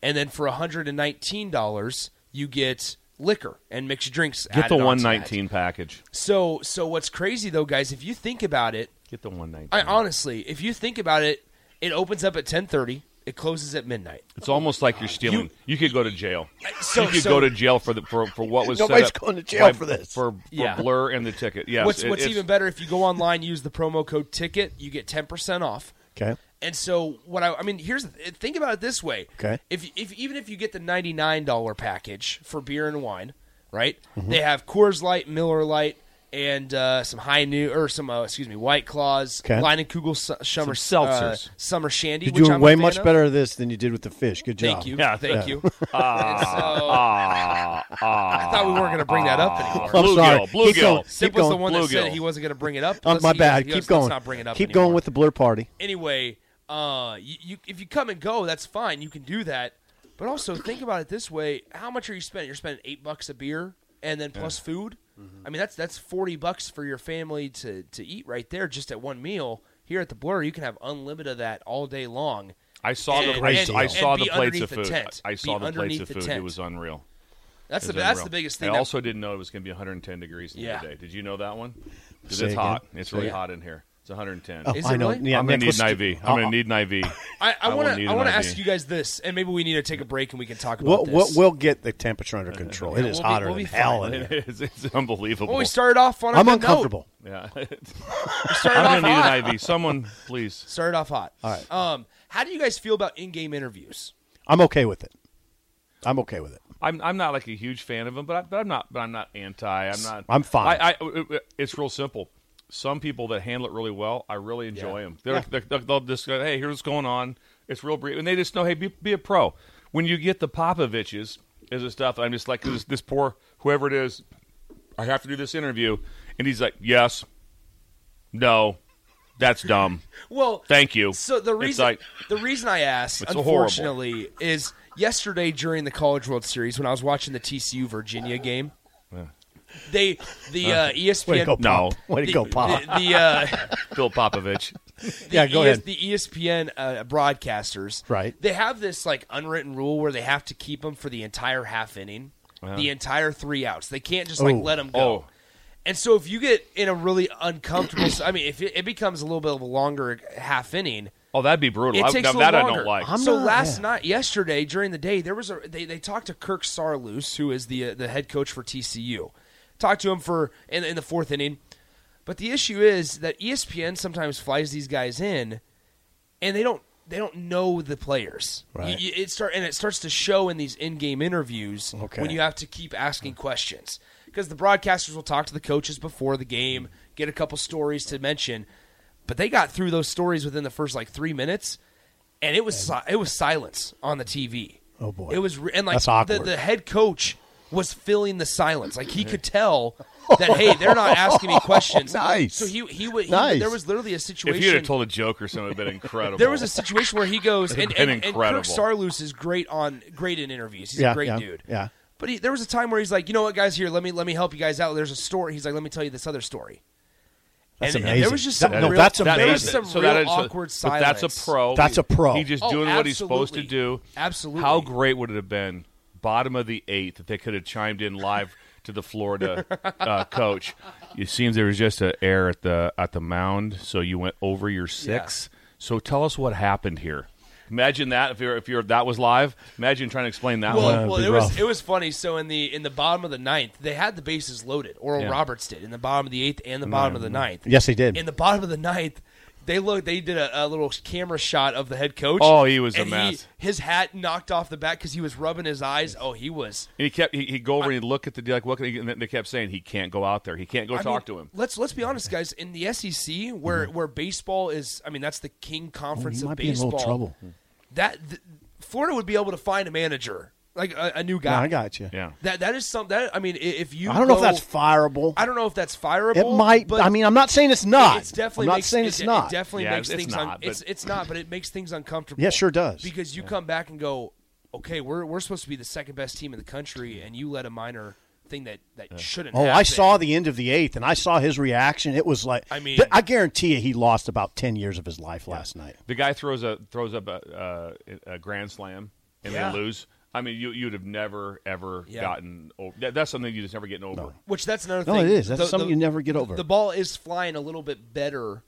Speaker 6: and then for hundred and nineteen dollars, you get liquor and mixed drinks.
Speaker 7: Get
Speaker 6: added
Speaker 7: the
Speaker 6: onto that.
Speaker 7: 119 package.
Speaker 6: So, so what's crazy though, guys? If you think about it,
Speaker 7: Get the 119.
Speaker 6: I honestly, if you think about it, it opens up at ten thirty. It closes at midnight.
Speaker 7: It's almost like you're stealing. You, could go to jail.
Speaker 6: So-
Speaker 7: you could
Speaker 6: so-
Speaker 7: go to jail for the for, for what was
Speaker 5: Nobody's
Speaker 7: set up
Speaker 5: going to jail
Speaker 7: by-
Speaker 5: for this.
Speaker 7: for, for
Speaker 6: Yeah.
Speaker 7: blur and the ticket. Yes,
Speaker 6: what's
Speaker 7: it-
Speaker 6: what's
Speaker 7: it's-
Speaker 6: even better if you go online, use the promo code ticket, you get ten percent off.
Speaker 5: Okay.
Speaker 6: And so what I, I mean, here's the th- think about it this way.
Speaker 5: Okay.
Speaker 6: If if even if you get the ninety nine dollar package for beer and wine, right?
Speaker 5: Mm-hmm.
Speaker 6: They have Coors Light, Miller Light, and uh, some high new or some uh, excuse me, White Claws,
Speaker 5: Okay.
Speaker 6: Line and Kugel su- summer
Speaker 7: Some
Speaker 6: uh,
Speaker 7: seltzers.
Speaker 6: summer shandy.
Speaker 5: You're
Speaker 6: which
Speaker 5: doing
Speaker 6: I'm a
Speaker 5: way
Speaker 6: fan
Speaker 5: much
Speaker 6: of.
Speaker 5: better at this than you did with the fish. Good job.
Speaker 6: Thank you,
Speaker 7: Yeah,
Speaker 6: thank
Speaker 5: yeah.
Speaker 6: you.
Speaker 5: Ah,
Speaker 6: And so-
Speaker 7: ah.
Speaker 6: I thought we weren't going to bring that up anymore.
Speaker 5: I'm
Speaker 7: Bluegill,
Speaker 5: sorry.
Speaker 7: bluegill.
Speaker 5: Keep going.
Speaker 6: Sip
Speaker 5: Keep
Speaker 6: was
Speaker 5: going.
Speaker 6: the one that said
Speaker 7: Bluegill.
Speaker 6: he wasn't going to bring it up.
Speaker 5: Oh,
Speaker 6: Let's-
Speaker 5: my
Speaker 6: he-
Speaker 5: bad.
Speaker 6: he-
Speaker 5: Keep
Speaker 6: let's
Speaker 5: going.
Speaker 6: Not bring it up
Speaker 5: Keep
Speaker 6: anymore.
Speaker 5: going with the blur party.
Speaker 6: anyway, uh, you, you if you come and go, that's fine. You can do that. But also think about it this way: how much are you spending? You're spending eight bucks a beer, and then plus food.
Speaker 7: Mm-hmm.
Speaker 6: I mean, that's that's forty bucks for your family to to eat right there, just at one meal. Here at the Blur, you can have unlimited of that all day long.
Speaker 7: I saw the
Speaker 6: And-
Speaker 7: plates.
Speaker 6: and-
Speaker 7: I saw
Speaker 6: and
Speaker 7: the
Speaker 6: be
Speaker 7: plates of
Speaker 6: underneath the
Speaker 7: food.
Speaker 6: tent.
Speaker 7: I I saw
Speaker 6: Be
Speaker 7: the plates
Speaker 6: underneath
Speaker 7: of
Speaker 6: the
Speaker 7: food. It
Speaker 6: tent.
Speaker 7: was unreal.
Speaker 6: That's
Speaker 7: It
Speaker 6: the
Speaker 7: was
Speaker 6: that's
Speaker 7: unreal.
Speaker 6: the biggest thing.
Speaker 7: I
Speaker 6: that-
Speaker 7: also didn't know it was going to be 110 degrees the
Speaker 6: Yeah.
Speaker 7: other day. Did you know that one? 'Cause
Speaker 5: Say
Speaker 7: it's
Speaker 5: again.
Speaker 7: hot. It's really
Speaker 6: again.
Speaker 7: hot in here. It's 110.
Speaker 5: Oh,
Speaker 6: Is
Speaker 5: I
Speaker 6: it
Speaker 5: know.
Speaker 6: really?
Speaker 5: Yeah,
Speaker 7: I'm going to
Speaker 5: Nick,
Speaker 7: need an
Speaker 5: let's-
Speaker 7: IV. I'm going
Speaker 5: uh,
Speaker 7: to need an IV.
Speaker 6: I, I
Speaker 7: will
Speaker 6: want
Speaker 7: need
Speaker 6: to I
Speaker 7: an
Speaker 6: want to
Speaker 7: IV.
Speaker 6: ask you guys this, and maybe we need to take a break and we can talk about
Speaker 5: We'll,
Speaker 6: this.
Speaker 5: we'll, we'll get the temperature under control. It
Speaker 6: Yeah,
Speaker 5: is
Speaker 6: we'll be-
Speaker 5: hotter
Speaker 6: we'll be
Speaker 5: than hell
Speaker 6: fine.
Speaker 5: in here.
Speaker 7: it's, it's unbelievable.
Speaker 6: Well, we started off on. a
Speaker 5: I'm
Speaker 6: good note.
Speaker 5: uncomfortable.
Speaker 7: yeah.
Speaker 6: We started
Speaker 7: I'm going to
Speaker 6: off
Speaker 7: need
Speaker 6: hot.
Speaker 7: an IV. Someone, please.
Speaker 6: Started off hot. All
Speaker 5: right.
Speaker 6: Um, how do you guys feel about in-game interviews?
Speaker 5: I'm okay with it. I'm okay with it.
Speaker 7: I'm I'm not like a huge fan of them, but, I, but I'm not but I'm not anti. I'm not.
Speaker 5: I'm fine.
Speaker 7: I, I it's real simple. Some people that handle it really well, I really enjoy them. They're, they're, they'll just go, hey, here's what's going on. It's real brief, and they just know, hey, be, be a pro. When you get the Popoviches is the stuff, I'm just like this, this poor whoever it is. I have to do this interview, and he's like, yes, no, that's dumb.
Speaker 6: Well,
Speaker 7: Thank you.
Speaker 6: So the
Speaker 7: It's
Speaker 6: reason
Speaker 7: like-
Speaker 6: the reason I asked,
Speaker 7: It's horrible.
Speaker 6: unfortunately, is yesterday during the College World Series when I was watching the TCU Virginia game, they the uh,
Speaker 5: Way
Speaker 6: ESPN
Speaker 5: to go,
Speaker 7: No.
Speaker 5: Pop. Way to
Speaker 6: the-
Speaker 5: go, Pop.
Speaker 6: the, the, uh,
Speaker 7: Phil Popovich.
Speaker 6: the E
Speaker 5: Yeah, go
Speaker 6: ES
Speaker 5: ahead.
Speaker 6: The ESPN uh, broadcasters,
Speaker 5: Right.
Speaker 6: They have this like unwritten rule where they have to keep them for the entire half inning, the entire three outs. They can't just like
Speaker 5: Oh.
Speaker 6: let them go.
Speaker 7: Oh.
Speaker 6: And so if you get in a really uncomfortable, I mean, if it, it becomes a little bit of a longer half inning,
Speaker 7: Oh, that'd be brutal.
Speaker 6: it
Speaker 7: I,
Speaker 6: takes
Speaker 7: now
Speaker 6: a
Speaker 7: that
Speaker 6: little
Speaker 7: I
Speaker 6: longer.
Speaker 7: don't like.
Speaker 5: I'm
Speaker 6: so
Speaker 5: not-
Speaker 6: last
Speaker 5: yeah.
Speaker 6: night, yesterday during the day, there was a they, they talked to Kirk Sarloos, who is the uh, the head coach for TCU. Talked to him for in, in the fourth inning, but the issue is that E ESPN sometimes flies these guys in, and they don't they don't know the players.
Speaker 5: Right.
Speaker 6: You- you- it start and it starts to show in these in game interviews
Speaker 5: Okay.
Speaker 6: when you have to keep asking questions because the broadcasters will talk to the coaches before the game, get a couple stories to mention, but they got through those stories within the first like three minutes, and it was si- it was silence on the TV.
Speaker 5: Oh, boy.
Speaker 6: it was re- and like
Speaker 5: That's
Speaker 6: the
Speaker 5: awkward.
Speaker 6: the head coach was filling the silence like he could tell that hey they're not asking me questions
Speaker 5: Nice.
Speaker 6: so he he, would he
Speaker 5: Nice.
Speaker 6: there was literally a situation
Speaker 7: If you'd have told a joke or something, it'd been incredible.
Speaker 6: there was a situation where he goes, and,
Speaker 7: been
Speaker 6: and, and
Speaker 7: incredible.
Speaker 6: Kirk Sarloos is great on great in interviews. He's
Speaker 5: Yeah,
Speaker 6: a great
Speaker 5: yeah,
Speaker 6: dude.
Speaker 5: yeah.
Speaker 6: But he, there was a time where he's like, you know what, guys, here, let me let me help you guys out. There's a story. He's like, let me tell you this other story.
Speaker 5: That's
Speaker 6: and, and
Speaker 5: amazing.
Speaker 6: there was just
Speaker 5: That-
Speaker 6: some
Speaker 5: no,
Speaker 6: real,
Speaker 5: that's
Speaker 6: there was
Speaker 5: amazing.
Speaker 6: some
Speaker 7: so
Speaker 6: real
Speaker 7: that is- so-
Speaker 6: awkward
Speaker 7: but
Speaker 6: silence.
Speaker 7: that's a pro.
Speaker 5: That's a pro.
Speaker 7: He just
Speaker 6: Oh,
Speaker 7: doing what he's supposed to
Speaker 6: absolutely.
Speaker 7: do.
Speaker 6: Absolutely.
Speaker 7: How great would it have been? Bottom of the eighth, that they could have chimed in live to the Florida uh, coach. It seems there was just an error at the at the mound, so you went over your six. So tell us what happened here. Imagine that if you're if you're that was live. Imagine trying to explain that one.
Speaker 6: Well,
Speaker 5: Yeah,
Speaker 6: well,
Speaker 5: it'd be
Speaker 6: it was
Speaker 5: rough.
Speaker 6: it was funny. So in the in the bottom of the ninth, they had the bases loaded. Oral
Speaker 7: Yeah.
Speaker 6: Roberts did in the bottom of the eighth and the bottom of the ninth.
Speaker 5: Yes, he did.
Speaker 6: In the bottom of the ninth, They look. They did a, a little camera shot of the head coach.
Speaker 7: Oh, he was a
Speaker 6: and
Speaker 7: mess.
Speaker 6: his hat knocked off the back because he was rubbing his eyes. Oh, he was.
Speaker 7: And he kept he he'd go over and he'd look at the like what can he, and they kept saying he can't go out there. He can't go
Speaker 6: I
Speaker 7: talk
Speaker 6: mean,
Speaker 7: to him.
Speaker 6: Let's let's be honest, guys. In the SEC, where where baseball is, I mean, that's the king conference
Speaker 5: Mm-hmm. he
Speaker 6: of
Speaker 5: might be in a
Speaker 6: baseball.
Speaker 5: little trouble.
Speaker 6: That th- Florida would be able to find a manager, like a, a new guy.
Speaker 5: I got you.
Speaker 7: Yeah.
Speaker 6: That that is something. That I mean, i- if you
Speaker 5: I don't know if
Speaker 6: go-
Speaker 5: that's fireable.
Speaker 6: I don't know if that's fireable.
Speaker 5: It might.
Speaker 6: But
Speaker 5: I mean, I'm not saying it's not.
Speaker 6: It's definitely
Speaker 5: I'm not
Speaker 6: makes,
Speaker 5: saying
Speaker 6: it-
Speaker 5: it's
Speaker 6: it
Speaker 5: not.
Speaker 6: definitely
Speaker 7: Yeah,
Speaker 6: makes
Speaker 7: it's
Speaker 6: things.
Speaker 7: not,
Speaker 6: un-
Speaker 7: but-
Speaker 6: it's it's not, but it makes things uncomfortable.
Speaker 5: Yeah, sure does.
Speaker 6: Because you come back and go, okay, we're we're supposed to be the second best team in the country, and you let a minor thing that that shouldn't.
Speaker 5: Oh, I
Speaker 6: happen.
Speaker 5: saw the end of the eighth, and I saw his reaction. It was like
Speaker 6: I mean-
Speaker 5: Th- I guarantee you, he lost about ten years of his life last night.
Speaker 7: The guy throws a throws up a, a, a grand slam and
Speaker 6: Yeah.
Speaker 7: they lose. I mean, you you'd have never ever
Speaker 6: Yeah.
Speaker 7: gotten over. That, that's something you just never getting over.
Speaker 6: Which that's another
Speaker 5: No,
Speaker 6: thing.
Speaker 5: it is. That's something you never get over.
Speaker 6: The ball is flying a little bit better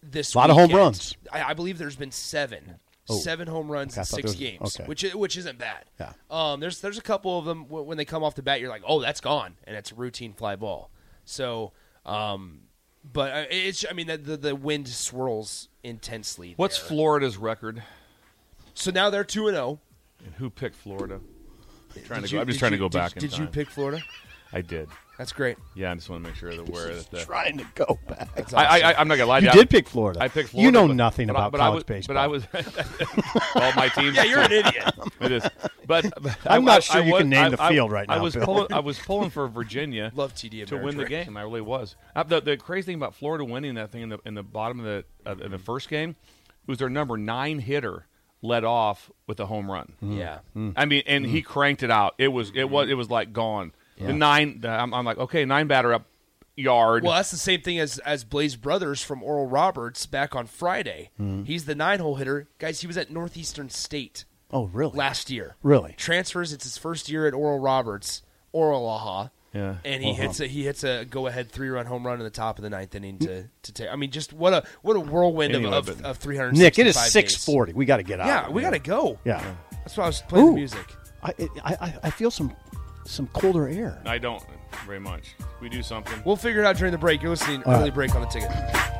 Speaker 6: this.
Speaker 5: Lot of home
Speaker 6: weekend.
Speaker 5: runs. Oh.
Speaker 6: I, I believe there's been seven, seven home runs
Speaker 5: Okay, I
Speaker 6: in six
Speaker 5: thought there was-
Speaker 6: games,
Speaker 5: okay.
Speaker 6: which i- which isn't bad.
Speaker 5: Yeah.
Speaker 6: Um. There's there's a couple of them wh- when they come off the bat, you're like, oh, that's gone, and it's a routine fly ball. So, um, but uh, it's I mean the the, the wind swirls intensely.
Speaker 7: What's
Speaker 6: there.
Speaker 7: Florida's record?
Speaker 6: so now they're two and zero.
Speaker 7: And who picked Florida? I'm trying to
Speaker 6: Did
Speaker 7: go.
Speaker 6: you-
Speaker 7: I'm just
Speaker 6: did
Speaker 7: trying
Speaker 6: you-
Speaker 7: to go
Speaker 6: did-
Speaker 7: back. in
Speaker 6: Did you
Speaker 7: time.
Speaker 6: pick Florida?
Speaker 7: I did.
Speaker 6: That's great.
Speaker 7: Yeah, I just want to make sure that we're at the.
Speaker 5: Trying to go back.
Speaker 7: I, I, I'm not gonna lie. to
Speaker 5: You
Speaker 7: you.
Speaker 5: did pick Florida.
Speaker 7: I picked Florida.
Speaker 5: You know
Speaker 7: but-
Speaker 5: nothing
Speaker 7: but I-
Speaker 5: about
Speaker 7: but
Speaker 5: college baseball.
Speaker 7: I was, But I was. all my teams.
Speaker 6: Yeah, you're an idiot.
Speaker 7: It is. But, but
Speaker 5: I'm
Speaker 7: I-
Speaker 5: not
Speaker 7: I-
Speaker 5: sure
Speaker 7: I
Speaker 5: you
Speaker 7: was-
Speaker 5: can name
Speaker 7: I-
Speaker 5: the
Speaker 7: I-
Speaker 5: field right
Speaker 7: I
Speaker 5: now,
Speaker 7: was
Speaker 5: Bill.
Speaker 7: pulling. I was pulling for Virginia.
Speaker 6: Love TD
Speaker 7: to win the
Speaker 6: Ameritrade.
Speaker 7: game. I really was. Uh, the, the crazy thing about Florida winning that thing in the in the bottom of the uh, in the first game was their number nine hitter led off with a home run.
Speaker 6: Yeah.
Speaker 5: Mm-hmm.
Speaker 7: I mean, and he cranked it out. It was it was it was like gone. The nine. the- I'm, I'm like okay, nine batter up yard.
Speaker 6: Well, that's the same thing as as Blaze Brothers from Oral Roberts back on Friday.
Speaker 5: Hmm.
Speaker 6: He's the nine hole hitter, guys. He was at Northeastern State
Speaker 5: oh, really?
Speaker 6: last year.
Speaker 5: Really?
Speaker 6: transfers. It's his first year at Oral Roberts, Oral Aha. Yeah, and he hits a he hits a go ahead three run home run in the top of the ninth inning to to take. I mean, just what a what a whirlwind
Speaker 7: Anyway,
Speaker 6: of, of,
Speaker 7: but-
Speaker 6: of three hundred.
Speaker 5: Hmm. Nick, it is six forty. We got to get out.
Speaker 6: Yeah, we gotta
Speaker 5: to.
Speaker 6: go.
Speaker 5: Yeah.
Speaker 6: that's why I was playing
Speaker 5: Ooh.
Speaker 6: the music.
Speaker 5: I, it- I I I feel some some colder air.
Speaker 7: I don't very much. We do something.
Speaker 6: We'll figure it out during the break. You're listening
Speaker 5: All
Speaker 6: early
Speaker 5: right.
Speaker 6: break on the ticket.